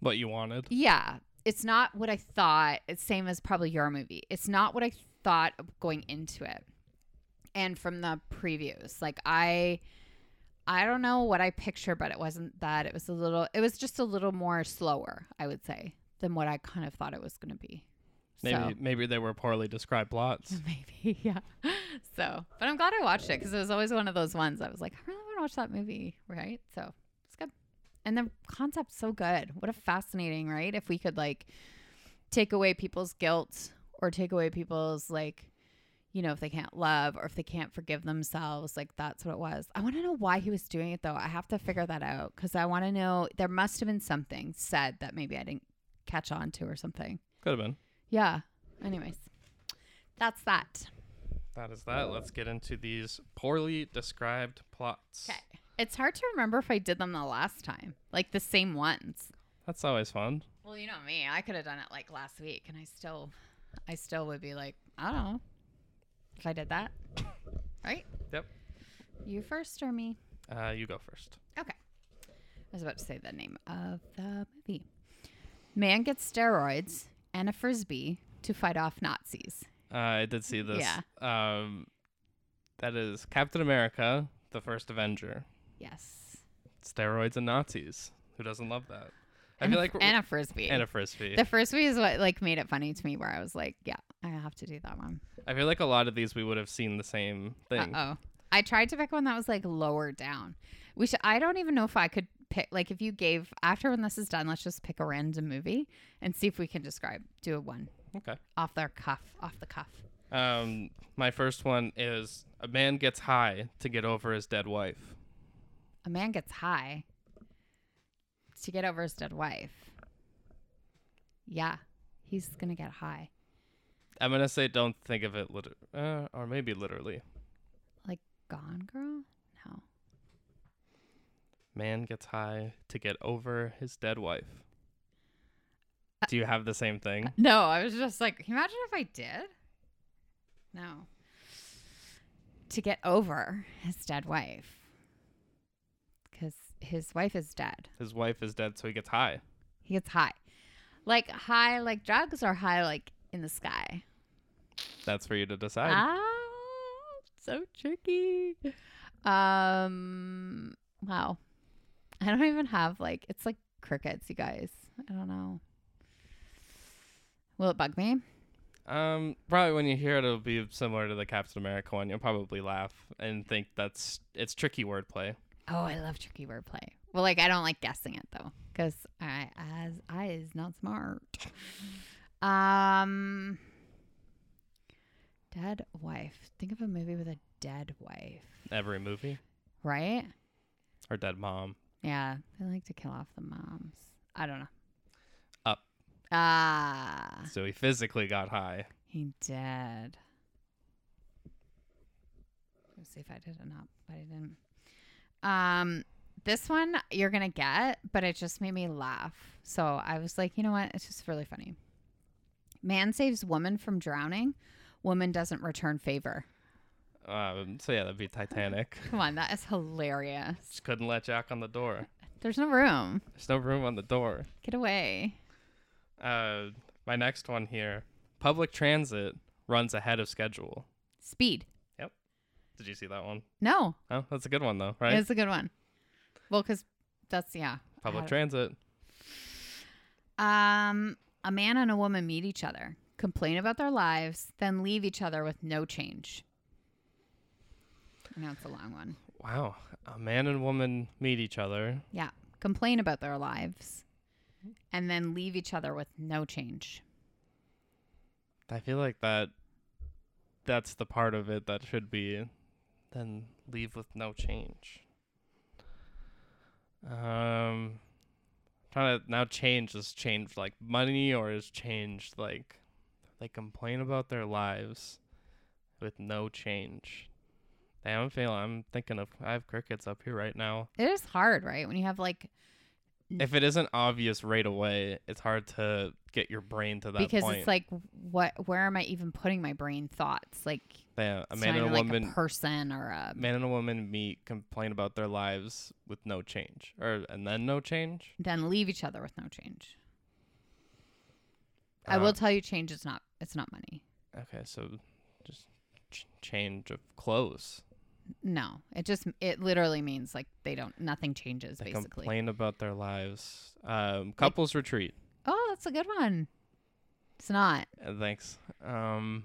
S1: What you wanted.
S2: yeah, it's not what I thought. It's same as probably your movie. It's not what I thought of going into it, and from the previews, like I, I don't know what I pictured, but it wasn't that. It was a little. It was just a little more slower, I would say, than what I kind of thought it was going to be.
S1: Maybe
S2: So-
S1: maybe they were poorly described plots.
S2: [laughs] maybe yeah. So, but I'm glad I watched it because it was always one of those ones I was like, I really want to watch that movie, right? So it's good, and the concept's so good. What a fascinating, right? If we could like take away people's guilt or take away people's like, you know, if they can't love or if they can't forgive themselves, like that's what it was. I want to know why he was doing it though. I have to figure that out because I want to know. There must have been something said that maybe I didn't catch on to or something.
S1: Could have been.
S2: Yeah. Anyways, that's that.
S1: That is that. Let's get into these poorly described plots.
S2: Okay. It's hard to remember if I did them the last time, like the same ones.
S1: That's always fun.
S2: Well, you know me, I could have done it like last week, and I still, I still would be like, I don't know if I did that, right?
S1: Yep.
S2: You first or me?
S1: Uh, you go first.
S2: Okay. I was about to say the name of the movie. Man gets steroids and a frisbee to fight off Nazis.
S1: Uh, I did see this.
S2: Yeah.
S1: Um, that is Captain America, the first Avenger.
S2: Yes.
S1: Steroids and Nazis. Who doesn't love that? I
S2: And
S1: feel
S2: a-
S1: like we're-
S2: and a frisbee.
S1: and a frisbee.
S2: the frisbee is what like made it funny to me, where I was like, yeah, I have to do that one.
S1: I feel like a lot of these we would have seen the same thing.
S2: Uh oh. I tried to pick one that was like lower down. We should. I don't even know if I could pick. Like, if you gave after when this is done, let's just pick a random movie and see if we can describe. Do a one
S1: Okay.
S2: off their cuff, off the cuff.
S1: Um, my first one is a man gets high to get over his dead wife.
S2: A man gets high to get over his dead wife. Yeah, he's gonna get high.
S1: I'm gonna say don't think of it liter- uh, or maybe literally.
S2: Like Gone Girl? No.
S1: Man gets high to get over his dead wife. Do you have the same thing?
S2: No, I was just like, can you imagine if I did? No. To get over his dead wife. Because his wife is dead.
S1: His wife is dead, so he gets high.
S2: He gets high. Like high like drugs or high like in the sky?
S1: That's for you to decide.
S2: Ah, so tricky. Um, wow. I don't even have like, it's like crickets, you guys. I don't know. Will it bug me?
S1: Um, probably when you hear it, it'll be similar to the Captain America one. You'll probably laugh and think that's it's tricky wordplay.
S2: Oh, I love tricky wordplay. Well, like I don't like guessing it though, because I as I is not smart. Um, dead wife. Think of a movie with a dead wife,
S1: Every movie
S2: right?
S1: or dead mom.
S2: Yeah, they like to kill off the moms. I don't know.
S1: Up.
S2: Ah,
S1: So he physically got high.
S2: he dead. Let's see if I did it not, but I didn't. Um, this one you're gonna get, but it just made me laugh. So I was like, you know what? It's just really funny. Man saves woman from drowning. Woman doesn't return favor.
S1: Um, so yeah, that'd be Titanic.
S2: Come on, that is hilarious.
S1: Just couldn't let Jack on the door.
S2: There's no room.
S1: There's no room on the door.
S2: Get away.
S1: Uh, my next one here. Public transit runs ahead of schedule.
S2: Speed.
S1: Did you see that one?
S2: No,
S1: Oh, that's a good one though, right?
S2: it's a good one. Well, because that's yeah. I
S1: Public
S2: had-
S1: transit.
S2: Um, a man and a woman meet each other, complain about their lives, then leave each other with no change. I know it's a long one.
S1: Wow. A man and woman meet each other.
S2: Yeah. Complain about their lives and then leave each other with no change.
S1: I feel like that that's the part of it that should be then leave with no change. Um trying to now change is change like money or is changed like they complain about their lives with no change. Damn, I'm feeling I'm thinking of I have crickets up here right now.
S2: It is hard, right? When you have like Mm.
S1: If it isn't obvious right away, it's hard to get your brain to that
S2: because
S1: point.
S2: it's like what where am I even putting my brain thoughts? Like
S1: yeah, a
S2: it's
S1: man and
S2: not
S1: a
S2: even
S1: woman
S2: like a person or a
S1: man and a woman meet, complain about their lives with no change, or and then no change.
S2: then leave each other with no change. I will
S1: Uh,
S2: tell you change is not it's not money.
S1: okay, so just ch- change of clothes.
S2: No. It just it literally means like they don't nothing changes
S1: They
S2: basically.
S1: complain about their lives. Um, couples retreat.
S2: Oh, that's a good one. It's not.
S1: Uh, thanks. Um,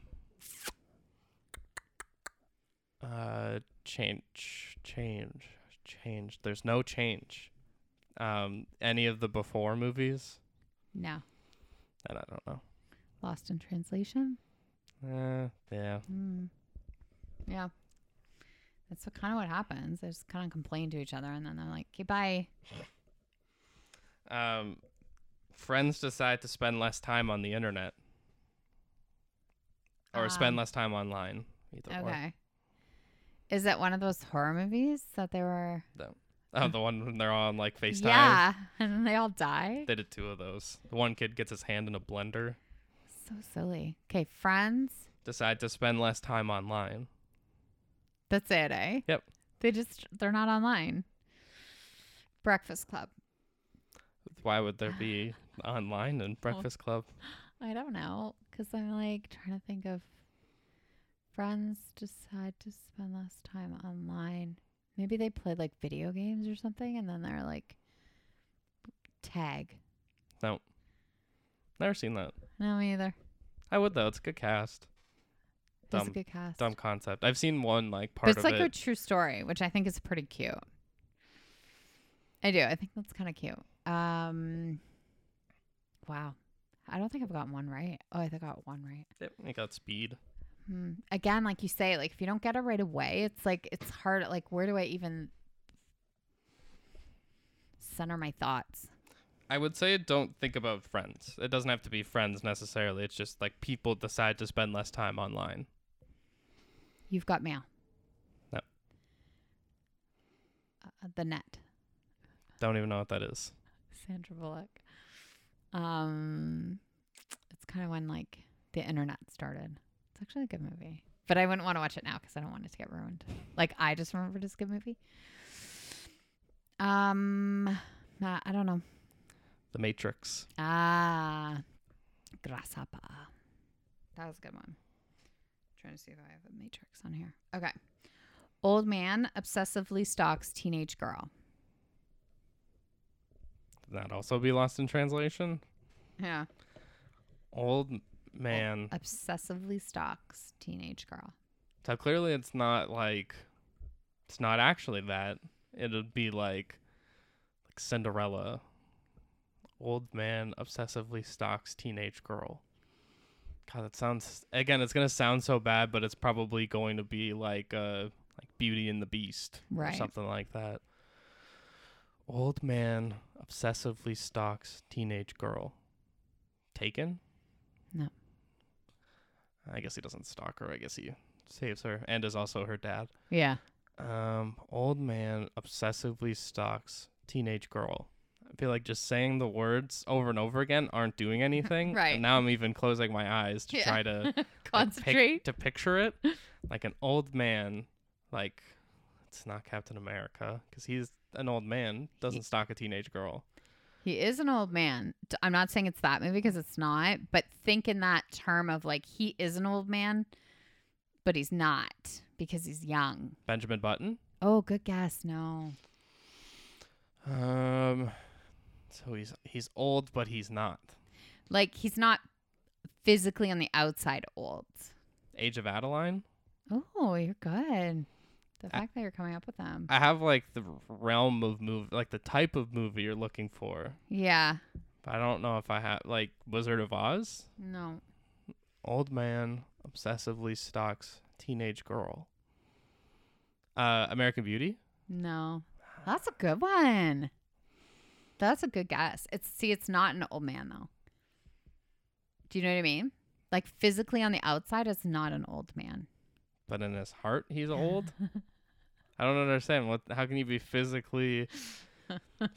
S1: uh, change, change, change. There's no change. Um, any of the before movies,
S2: No.
S1: and I don't know.
S2: Lost in translation?
S1: Uh, yeah.
S2: Mm. Yeah. That's what, kind of what happens. They just kind of complain to each other and then they're like, okay, bye.
S1: Um, friends decide to spend less time on the internet or spend
S2: Um,
S1: less time online. Either or.
S2: Okay. Is that one of those horror movies that they were?
S1: Oh, the one when they're on like FaceTime.
S2: Yeah. [laughs] And then they all die?
S1: They did two of those. The one kid gets his hand in a blender.
S2: so silly. Okay, friends.
S1: Decide to spend less time online.
S2: That's it, eh?
S1: Yep.
S2: They just, they're not online. Breakfast Club.
S1: Why would there
S2: [sighs]
S1: be online and Breakfast Club?
S2: I don't know, because I'm like trying to think of friends decide to spend less time online. Maybe they played like video games or something, and then they're like tag.
S1: Never seen that.
S2: No, me either.
S1: I would though. It's a good cast.
S2: That's
S1: Dumb-
S2: a good cast.
S1: Dumb concept. I've seen one like
S2: but
S1: part
S2: it's
S1: of
S2: like
S1: it.
S2: a true story, which I think is pretty cute. I do. I think that's kind of cute. Um, wow. I don't think I've gotten one right. Oh, I think I got one right.
S1: Yep, it got speed.
S2: Hmm. Again, like you say, like if you don't get it right away, it's like it's hard. Like where do I even center my thoughts?
S1: I would say don't think about friends. It doesn't have to be friends necessarily. It's just like people decide to spend less time online.
S2: You've got mail.
S1: No.
S2: Uh, the net.
S1: Don't even know what that is.
S2: Sandra Bullock. Um, it's kind of when like the internet started. It's actually a good movie, but I wouldn't want to watch it now because I don't want it to get ruined. Like I just remembered it's a good movie. Um, nah, I don't know.
S1: The Matrix.
S2: Ah, grasshopper. That was a good one. trying to see if I have a matrix on here. Okay. Old man obsessively stalks teenage girl.
S1: Did that also be lost in translation?
S2: Yeah.
S1: Old man.
S2: Obsessively stalks teenage girl.
S1: So clearly it's not like it's not actually that. It'd be like like Cinderella. Old man obsessively stalks teenage girl. God, that sounds again, it's gonna sound so bad, but it's probably going to be like uh like Beauty and the Beast
S2: Right.
S1: or something like that. Old man obsessively stalks teenage girl. Taken?
S2: No.
S1: I guess he doesn't stalk her. I guess he saves her and is also her dad.
S2: Yeah.
S1: Um, old man obsessively stalks teenage girl. I feel like just saying the words over and over again aren't
S2: [laughs]
S1: doing anything.
S2: Right.
S1: And now I'm even closing my eyes to
S2: Yeah.
S1: try
S2: [laughs]
S1: to like, pic-
S2: Concentrate.
S1: to picture it. Like an old man, like it's not Captain America because he's an old man. Doesn't stalk a teenage girl.
S2: he is an old man. T- I'm not saying it's that movie because it's not, but think in that term of like he is an old man, but he's not because he's young.
S1: Benjamin Button.
S2: Oh, good guess. No.
S1: Um, so he's he's old, but he's not.
S2: Like he's not physically on the outside old.
S1: Age of Adeline.
S2: Oh, you're good. The fact that you're coming up with them.
S1: I have like the realm of movie, like the type of movie you're looking for.
S2: yeah.
S1: But I don't know if I have like Wizard of Oz.
S2: No.
S1: Old man obsessively stalks teenage girl. Uh, American Beauty.
S2: No. That's a good one. That's a good guess. It's see, it's not an old man though. Do you know what I mean? Like physically on the outside, it's not an old man.
S1: but in his heart he's old. I don't understand what. How can you be physically,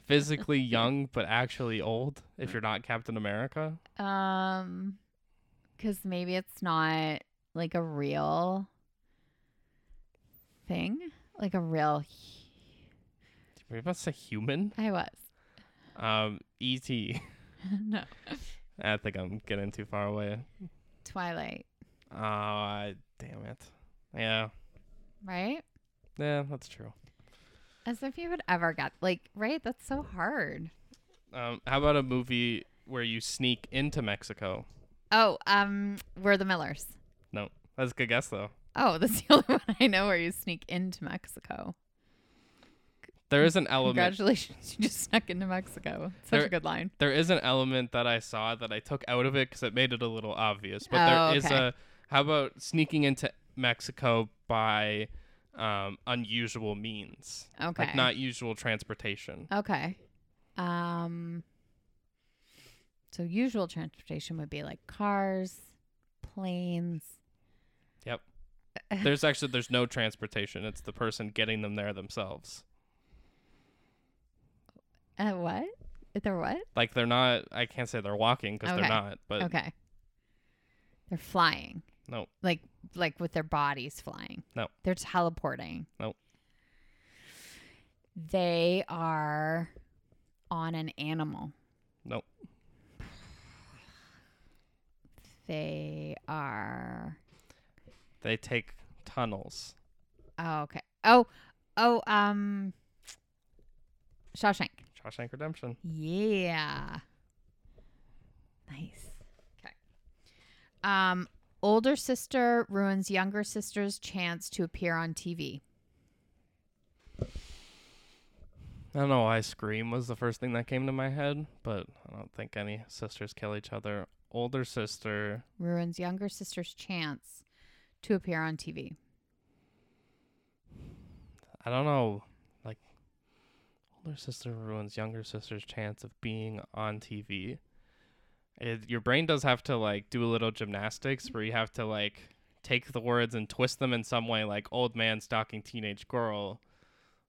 S1: physically young but actually old if you're not Captain America?
S2: Um, because maybe it's not like a real thing, like a real. hu-
S1: Were you about to say human?
S2: I was [laughs]
S1: Um, E.T.
S2: no
S1: [laughs] I think I'm getting too far away.
S2: Twilight,
S1: Oh, I- damn it. Yeah,
S2: right?
S1: yeah, that's true.
S2: As if you would ever get like right. That's so hard.
S1: Um, how about a movie where you sneak into Mexico?
S2: Oh, um, we're the Millers.
S1: No, that's a good guess though.
S2: Oh, [laughs] that's the only one I know where you sneak into Mexico.
S1: There is an element.
S2: Congratulations, you just snuck into Mexico. Such
S1: There-
S2: a good line.
S1: there is an element that I saw that I took out of it because it made it a little obvious. But
S2: Oh,
S1: there is
S2: okay.
S1: a how about sneaking into Mexico by um, unusual means,
S2: Okay.
S1: like not usual transportation.
S2: Okay. Um so usual transportation would be like cars, planes.
S1: Yep. there's actually there's no transportation. It's the person getting them there themselves.
S2: Uh what? They're what?
S1: Like they're not. I can't say they're walking because
S2: Okay.
S1: they're not. But
S2: Okay. They're flying.
S1: no,
S2: Like like with their bodies flying.
S1: No.
S2: They're teleporting.
S1: No.
S2: They are on an animal.
S1: no,
S2: They are
S1: they take tunnels.
S2: Oh, okay. Oh, oh, um, Shawshank.
S1: Shawshank Redemption.
S2: Yeah. Nice. Okay. Um, older sister ruins younger sister's chance to appear on TV.
S1: I don't know why Scream was the first thing that came to my head, but I don't think any sisters kill each other. Older sister,
S2: Ruins younger sister's chance to appear on TV.
S1: I don't know, like, older sister ruins younger sister's chance of being on TV. It, your brain does have to, like, do a little gymnastics where you have to, like, take the words and twist them in some way, like, old man stalking teenage girl.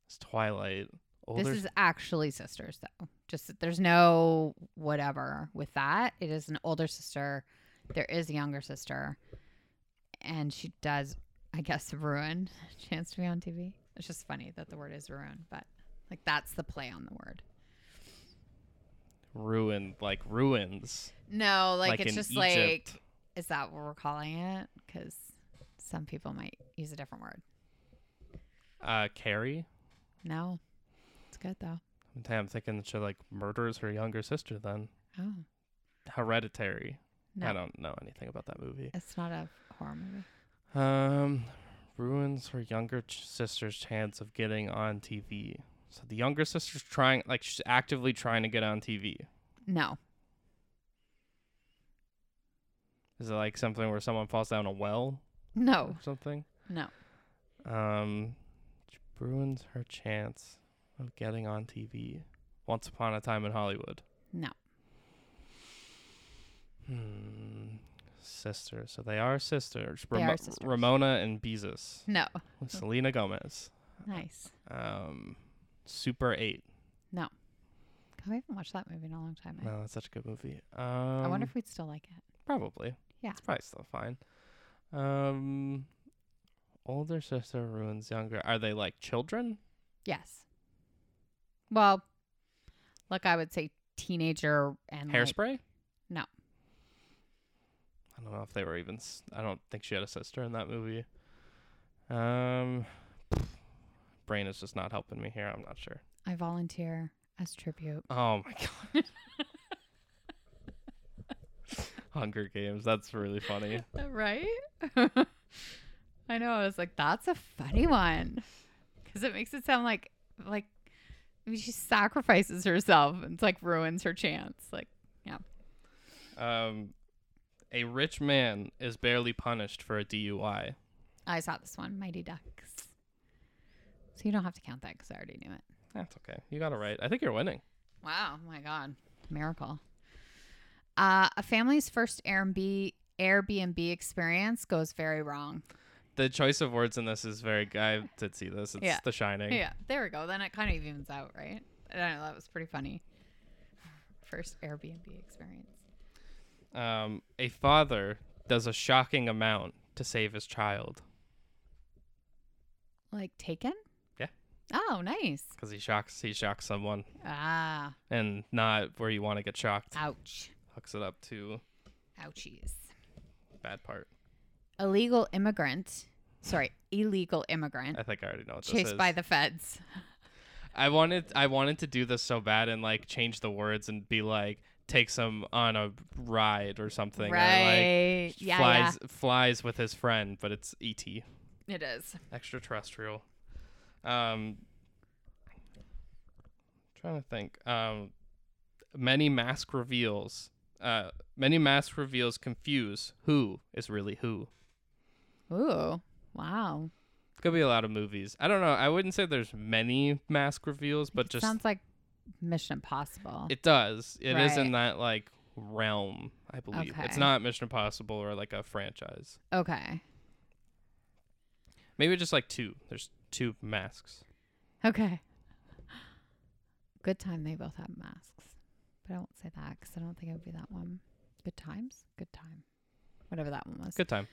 S1: It's Twilight. Older
S2: This is actually sisters, though. Just there's no whatever with that. It is an older sister. There is a younger sister, and she does, I guess, ruin [laughs] chance to be on TV. It's just funny that the word is ruin, but like that's the play on the word.
S1: ruined, like, ruins.
S2: No, like,
S1: Like
S2: it's
S1: in
S2: just
S1: Egypt.
S2: like, is that what we're calling it? Because some people might use a different word.
S1: Uh, Carrie.
S2: No, it's good though.
S1: Damn, I'm thinking she like murders her younger sister then.
S2: Oh,
S1: Hereditary. I
S2: No.
S1: don't know anything about that movie.
S2: it's not a horror movie.
S1: Um, ruins her younger ch- sister's chance of getting on TV. So the younger sister's trying, like, she's actively trying to get on TV.
S2: No,
S1: Is it like something where someone falls down a well
S2: no,
S1: or something?
S2: no.
S1: Um, ch- ruins her chance of getting on TV. Once upon a time in Hollywood.
S2: No.
S1: Hmm. Sister. So they are sisters.
S2: They
S1: Ramo-
S2: are sisters.
S1: Ramona and Beezus.
S2: [laughs] No.
S1: Selena Gomez.
S2: Nice.
S1: Um, Super 8.
S2: God, we haven't watched that movie in a long time. eh?
S1: No, that's such a good movie. Um,
S2: I wonder if we'd still like it.
S1: Probably.
S2: Yeah.
S1: It's probably still fine. Um, older sister ruins younger. Are they like children?
S2: Yes. Well, look, I would say teenager and like-
S1: Hairspray?
S2: No.
S1: I don't know if they were even. s- I don't think she had a sister in that movie. Um, brain is just not helping me here. I'm not sure.
S2: I volunteer as tribute.
S1: Oh my god.
S2: [laughs]
S1: Hunger Games. That's really funny.
S2: right? [laughs] I know. I was like, that's a funny one because it makes it sound like like I mean, she sacrifices herself and it's like ruins her chance. Like, yeah.
S1: Um, a rich man is barely punished for a DUI.
S2: I saw this one, Mighty Ducks. So you don't have to count that because I already knew it.
S1: That's okay. You got it right. I think you're winning.
S2: Wow, my God, miracle! Uh, a family's first Airbnb Airbnb experience goes very wrong.
S1: The choice of words in this is very. I did see this. It's
S2: Yeah.
S1: The Shining.
S2: Yeah, there we go. Then it kind of evens out, right? I don't know. That was pretty funny. First Airbnb experience.
S1: Um, a father does a shocking amount to save his child
S2: Like taken?
S1: Yeah.
S2: Oh, nice.
S1: because he shocks he shocks someone
S2: Ah,
S1: and not where you want to get shocked.
S2: ouch.
S1: Hooks it up to
S2: Ouchies.
S1: bad part.
S2: Illegal immigrant. Sorry, illegal immigrant
S1: I think I already know what this
S2: chased
S1: is.
S2: by the feds.
S1: I wanted I wanted to do this so bad and like change the words and be like takes him on a ride or something. Or like
S2: right. yeah,
S1: flies flies with his friend, but it's E. T.
S2: yeah. It is.
S1: Extraterrestrial. Um trying to think. Um many mask reveals. Uh many mask reveals confuse who is really who.
S2: Ooh. Wow.
S1: Could be a lot of movies. I don't know. I wouldn't say there's many mask reveals, but just
S2: Sounds like Mission Impossible.
S1: It does. It is in
S2: Right.
S1: that like realm, I believe. It's
S2: Okay.
S1: not Mission Impossible or like a franchise.
S2: okay.
S1: Maybe just like two. There's two masks.
S2: Okay. Good time they both have masks. But I won't say that because I don't think it would be that one. Good times? Good time. Whatever that one was.
S1: Good time.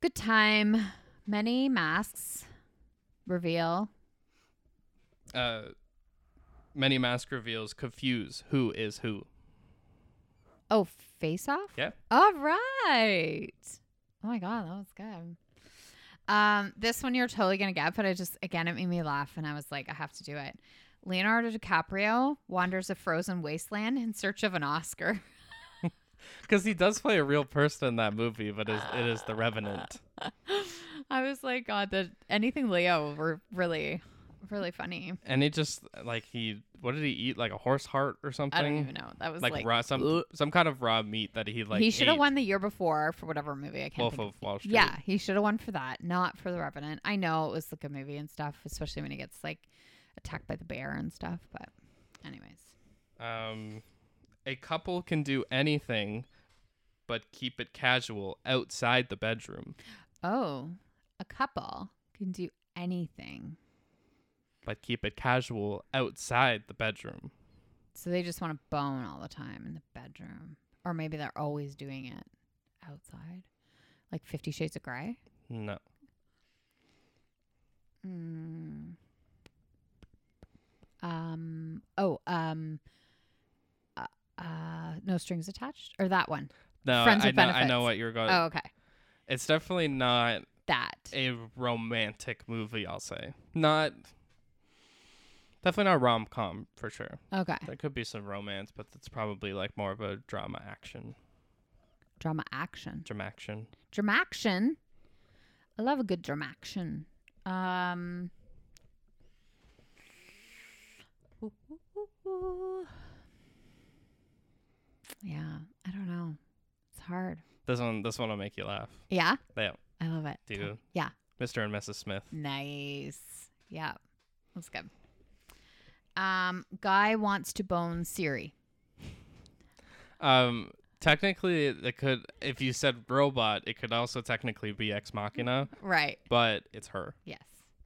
S2: Good time. Many masks reveal.
S1: Uh, many mask reveals confuse who is who.
S2: Oh, face off?
S1: Yeah.
S2: All right. Oh my God, that was good. Um, this one you're totally going to get, but I just, again, it made me laugh and I was like, I have to do it. Leonardo DiCaprio wanders a frozen wasteland in search of an Oscar. [laughs]
S1: Because he does play a real person in that movie, but is, it is the Revenant.
S2: I was like, God, that anything Leo were really, really funny.
S1: And he just like he what did he eat like a horse heart or something?
S2: I don't even know. That was
S1: Like,
S2: like,
S1: raw some some kind of raw meat that he like
S2: he should have
S1: ate.
S2: won the year before for whatever movie. I can't
S1: Wolf
S2: think
S1: of Wall Street.
S2: Yeah, he should have won for that, not for The Revenant. I know it was like a movie and stuff, especially when he gets like attacked by the bear and stuff. But, anyways,
S1: Um, a couple can do anything, but keep it casual outside the bedroom
S2: oh, a couple can do anything,
S1: but keep it casual outside the bedroom.
S2: so they just want to bone all the time in the bedroom, or maybe they're always doing it outside, like Fifty Shades of Grey.
S1: No.
S2: Mm. Um. Oh. Um. Uh, uh. No strings attached, or that one.
S1: No,
S2: Friends
S1: I
S2: with
S1: know, I
S2: benefits.
S1: know what you're going.
S2: oh, okay.
S1: It's definitely not
S2: That.
S1: a romantic movie, I'll say. Not definitely not rom com for sure.
S2: Okay.
S1: There could be some romance, but it's probably like more of a drama action,
S2: Drama action.
S1: drama action.
S2: Dramaction. I love a good dramaction. Um. ooh, ooh, ooh, ooh. Yeah, I don't know. It's hard.
S1: This one, this one will make you laugh.
S2: Yeah,
S1: Yeah,
S2: I love it.
S1: Do you?
S2: Yeah.
S1: Mr. and Mrs. Smith.
S2: Nice. Yeah. That's good. Um, guy wants to bone Siri.
S1: Um, technically, it could. If you said robot, it could also technically be Ex Machina,
S2: Right.
S1: but it's her
S2: Yes.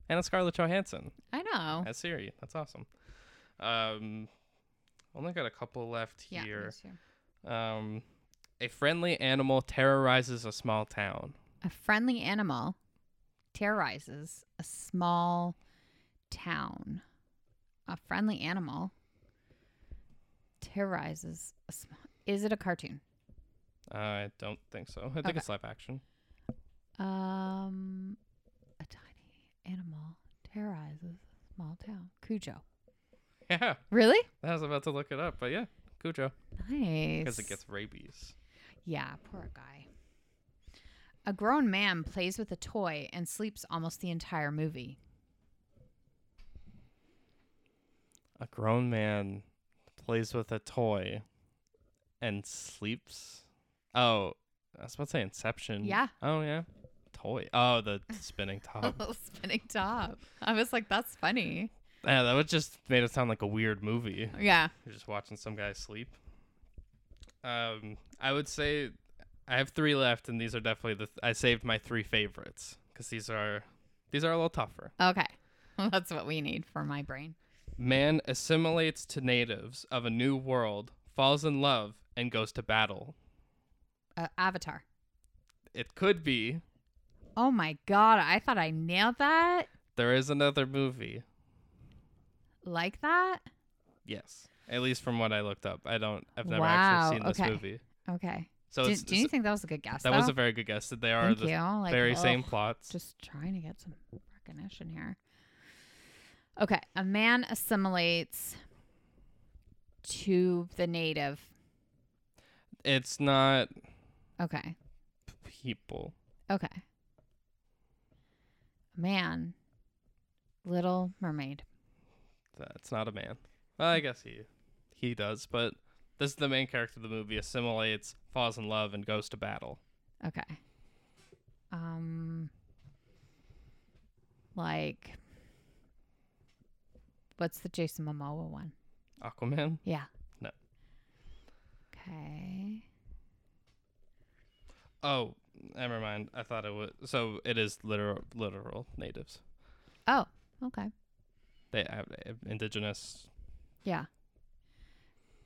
S1: and it's Scarlett Johansson
S2: I know.
S1: as Siri. That's awesome. Um, only got a couple left
S2: Yeah. me
S1: here.
S2: too.
S1: Um, a friendly animal terrorizes a small town.
S2: A friendly animal terrorizes a small town. A friendly animal terrorizes a small Is it a cartoon?
S1: I don't think so. I think
S2: Okay.
S1: it's live action. [laughs]
S2: Um a tiny animal terrorizes a small town. Cujo.
S1: Yeah,
S2: Really?
S1: I was about to look it up, but yeah, Cujo
S2: Nice.
S1: because it gets rabies.
S2: Yeah, poor guy. A grown man plays with a toy and sleeps almost the entire movie.
S1: A grown man plays with a toy and sleeps. Oh, I was about to say Inception.
S2: Yeah.
S1: Oh yeah. Toy. Oh, the spinning top.
S2: [laughs] Spinning top. I was like, that's funny.
S1: yeah, that would just made it sound like a weird movie.
S2: Yeah.
S1: You're just watching some guy sleep. Um, I would say I have three left, and these are definitely the th- I saved my three favorites because these are these are a little tougher.
S2: Okay. [laughs] Well, that's what we need for my brain.
S1: Man assimilates to natives of a new world, falls in love, and goes to battle.
S2: Uh, Avatar.
S1: It could be
S2: Oh my God. I thought I nailed that
S1: there is another movie.
S2: like that.
S1: Yes, at least from what I looked up. I don't. I've never
S2: Wow,
S1: actually seen this
S2: okay.
S1: movie.
S2: Okay.
S1: So
S2: do,
S1: it's,
S2: do you
S1: it's-
S2: think that was a good guess?
S1: that was
S2: though?
S1: a very good guess. That they are
S2: Thank
S1: the
S2: you. Like,
S1: very
S2: ugh,
S1: same plots.
S2: Just trying to get some recognition here. Okay, a man assimilates to the native.
S1: It's not
S2: Okay,
S1: people.
S2: okay. Man, Little Mermaid.
S1: That's not a man. Well, I guess he he does, but this is the main character of the movie assimilates, falls in love, and goes to battle.
S2: Okay. Um, like, what's the Jason Momoa one?
S1: Aquaman.
S2: Yeah.
S1: No.
S2: Okay.
S1: Oh, never mind. I thought it was so. It is literal literal natives.
S2: Oh, okay.
S1: They have uh, indigenous.
S2: Yeah.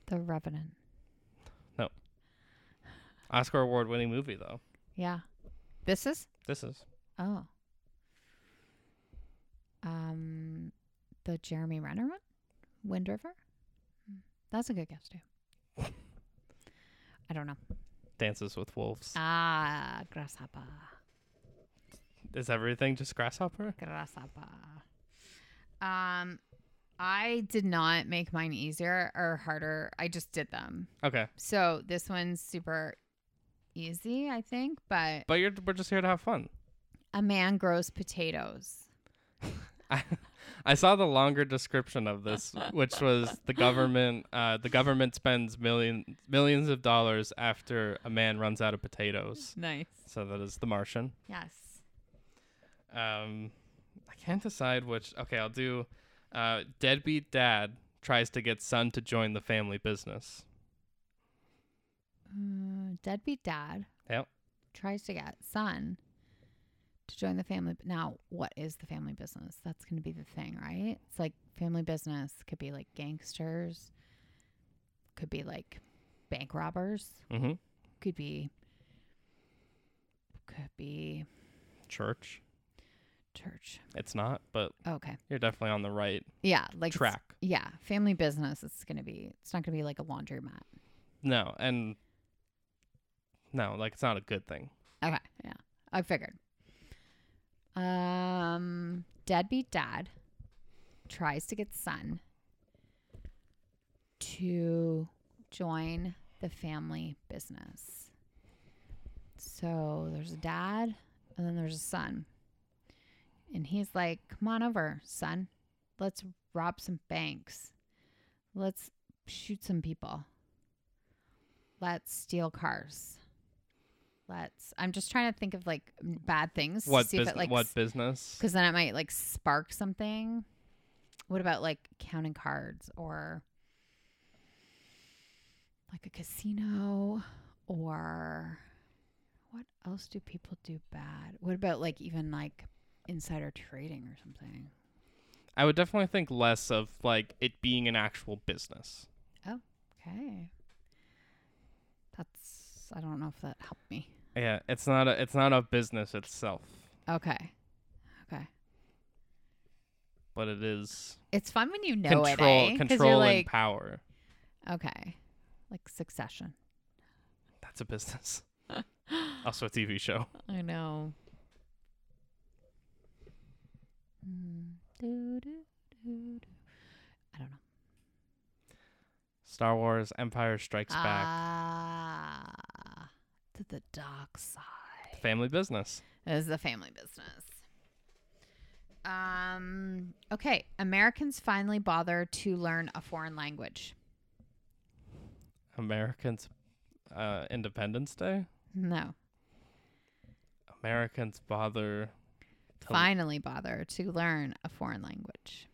S2: The Revenant.
S1: Oscar award winning movie though.
S2: Yeah. This is?
S1: This is
S2: Oh. Um the Jeremy Renner one? Wind River? Mm, That's a good guess too. [laughs] I don't know.
S1: Dances with Wolves.
S2: Ah, grasshopper.
S1: Is everything just grasshopper?
S2: Grasshopper. Um I did not make mine easier or harder. I just did them.
S1: Okay,
S2: So this one's super easy, I think, but
S1: but you're we're just here to have fun.
S2: A man grows potatoes.
S1: I, I saw the longer description of this, which was the government. Uh, the government spends million millions of dollars after a man runs out of potatoes.
S2: Nice.
S1: So that is The Martian.
S2: Yes.
S1: Um, I can't decide which. Okay, I'll do. Uh, deadbeat dad tries to get son to join the family business.
S2: Mm, deadbeat dad
S1: Yep.
S2: tries to get son to join the family. Now, what is the family business? That's going to be the thing, right? It's like family business could be like gangsters, could be like bank robbers,
S1: Mm-hmm.
S2: could be could be
S1: Church.
S2: church.
S1: It's not, but
S2: Okay.
S1: you're definitely on the right
S2: Yeah, like it's-
S1: track.
S2: Yeah, family business it's going to be it's not going to be like a laundromat.
S1: No, and no, like it's not a good thing.
S2: Okay. Yeah. I figured. Um, deadbeat dad tries to get son to join the family business. So there's a dad and then there's a son. And he's like, come on over, son. Let's rob some banks. Let's shoot some people. Let's steal cars. Let's. I'm just trying to think of like m- bad things.
S1: What
S2: to see if
S1: business?
S2: it, like,
S1: what business?
S2: Because then it might like spark something. What about like counting cards or like a casino or what else do people do bad? What about like even like insider trading or something?
S1: I would definitely think less of like it being an actual business.
S2: Okay. That's, I don't know if that helped me.
S1: Yeah, it's not a it's not a business itself,
S2: Okay. Okay.
S1: but it is
S2: It's fun when you know
S1: control
S2: it. eh? 'Cause you're
S1: control and
S2: like,
S1: power.
S2: okay. Like succession.
S1: That's a business.
S2: [laughs]
S1: also a TV show.
S2: I know. Mm. Doo, doo, doo, doo. I don't know.
S1: Star Wars Empire Strikes Back.
S2: Ah, to the dark side.
S1: Family business.
S2: This is the family business. Um. Okay. Americans finally bother to learn a foreign language.
S1: Americans, uh, Independence Day.
S2: No.
S1: Americans bother. To
S2: Finally bother to learn a foreign language.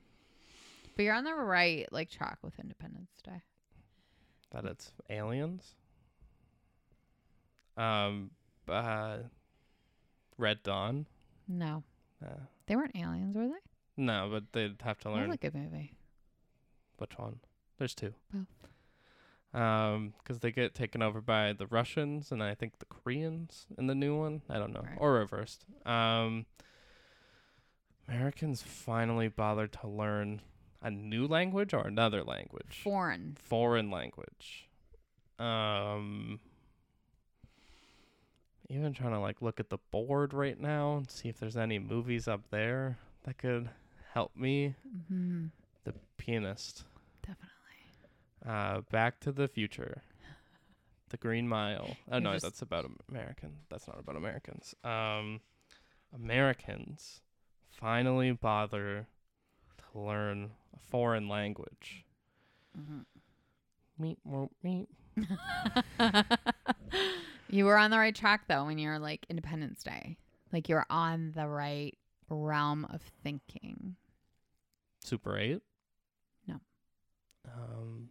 S2: But you're on the right like track with Independence Day.
S1: that it's aliens. Um. Uh. Red Dawn.
S2: No.
S1: Uh,
S2: They weren't aliens, were they?
S1: no, but they'd have to
S2: That
S1: learn
S2: was a good movie.
S1: which one. There's two.
S2: Both.
S1: Um, because they get taken over by the Russians and I think the Koreans in the new one. I don't know,
S2: Right.
S1: or reversed. Um, Americans finally bothered to learn a new language or another language,
S2: Foreign.
S1: foreign language. Um, even trying to like look at the board right now and see if there's any movies up there that could help me.
S2: hmm
S1: The Pianist.
S2: Definitely.
S1: Uh, Back to the Future. The Green Mile. Oh
S2: You're
S1: no,
S2: just-
S1: that's about Am- American. That's not about Americans. Um, Americans finally bother to learn a foreign language. Meep, meep, meep.
S2: Mm-hmm. [laughs] you were on the right track though when you're like Independence Day. Like you're on the right realm of thinking.
S1: Super Eight.
S2: No.
S1: Um.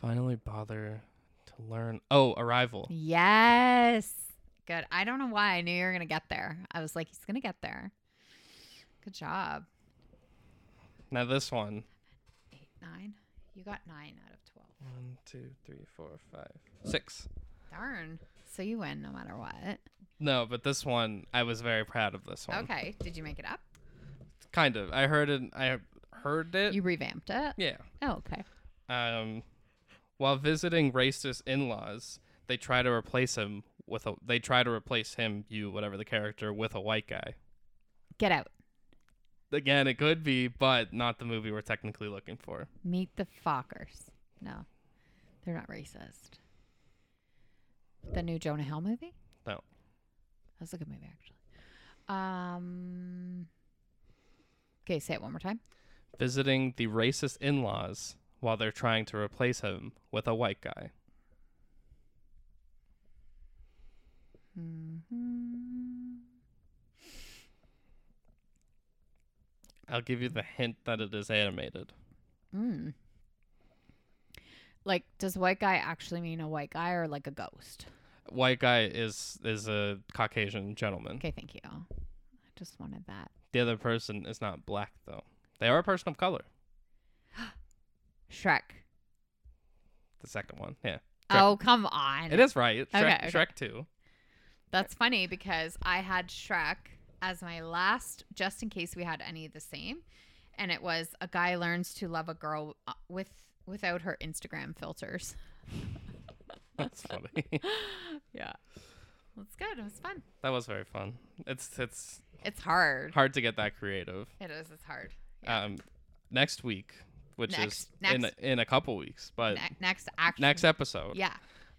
S1: Finally bother to learn. Oh, Arrival.
S2: Yes. Good. I don't know why I knew you were going to get there. I was like, he's going to get there. Good job.
S1: Now this one.
S2: Eight, nine. You got nine out of 12.
S1: One, two, three, four, five, six.
S2: Darn. So you win no matter what.
S1: No, but this one I was very proud of. This one,
S2: Okay. Did you make it up?
S1: kind of. I heard it. I heard it.
S2: You revamped it?
S1: Uh, yeah.
S2: Oh, okay.
S1: Um, while visiting racist in-laws, they try to replace him with a. They try to replace him, you, whatever the character, with a white guy.
S2: Get out.
S1: Again, it could be, but not the movie we're technically looking for.
S2: Meet the Fockers. No, they're not racist. The new Jonah Hill movie?
S1: No.
S2: That's a good movie, actually. Um. Okay, say it one more time.
S1: Visiting the racist in-laws while they're trying to replace him with a white guy.
S2: Mm-hmm. Mhm.
S1: I'll give you the hint that it is animated.
S2: Mm. Like, does white guy actually mean a white guy or like a ghost?
S1: White guy is is a Caucasian gentleman.
S2: Okay, thank you. I just wanted that.
S1: The other person is not black though. They are a person of color.
S2: Shrek.
S1: The second one, yeah, Shrek.
S2: Oh, come on.
S1: it is right. Shrek,
S2: Okay, okay.
S1: Shrek two.
S2: That's funny because I had Shrek as my last, just in case we had any the same, and it was a guy learns to love a girl uh, with without her Instagram filters. [laughs]
S1: That's funny. [laughs]
S2: Yeah, that's good. It was fun.
S1: that was very fun. It's it's
S2: It's hard.
S1: hard to get that creative.
S2: It is. It's hard. Yeah.
S1: Um, next week, which is
S2: Next-
S1: in
S2: next-
S1: in a couple weeks, but
S2: Ne- next action.
S1: Uh, next episode,
S2: Yeah.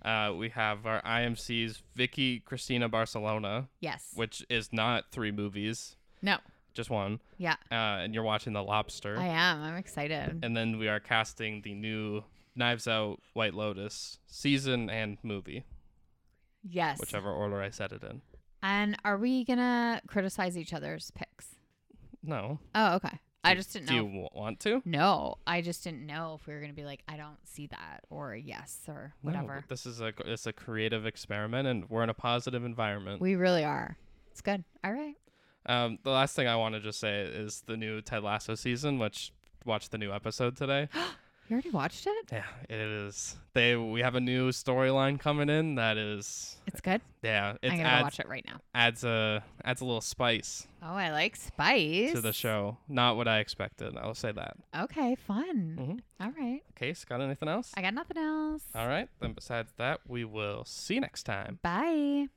S1: uh, we have our IMC's Vicky Cristina Barcelona,
S2: Yes.
S1: which is not three movies,
S2: no.
S1: just one,
S2: Yeah.
S1: uh, and you're watching The Lobster.
S2: I am. I'm excited.
S1: and then we are casting the new Knives Out White Lotus season and movie,
S2: Yes.
S1: whichever order I said it in.
S2: And are we gonna criticize each other's picks?
S1: No.
S2: Oh, okay. I just didn't
S1: Do
S2: know.
S1: you w- want to?
S2: No, I just didn't know if we were gonna be like, I don't see that, or yes, or
S1: No,
S2: whatever.
S1: but this is a it's a creative experiment, and we're in a positive environment.
S2: we really are. It's good. All right.
S1: um, the last thing I want to just say is the new Ted Lasso season, which watched the new episode
S2: [gasps]
S1: today.
S2: You already watched it.
S1: yeah, it is. They we have a new storyline coming in that is
S2: It's good.
S1: yeah, it
S2: I'm gonna
S1: adds
S2: go watch it right now.
S1: adds a adds a little spice
S2: Oh, I like spice
S1: to the show. Not what I expected. I'll say that.
S2: Okay, fun.
S1: Mhm.
S2: All right.
S1: Case, got anything else?
S2: I got nothing else.
S1: All right. Then besides that, we will see you next time.
S2: Bye.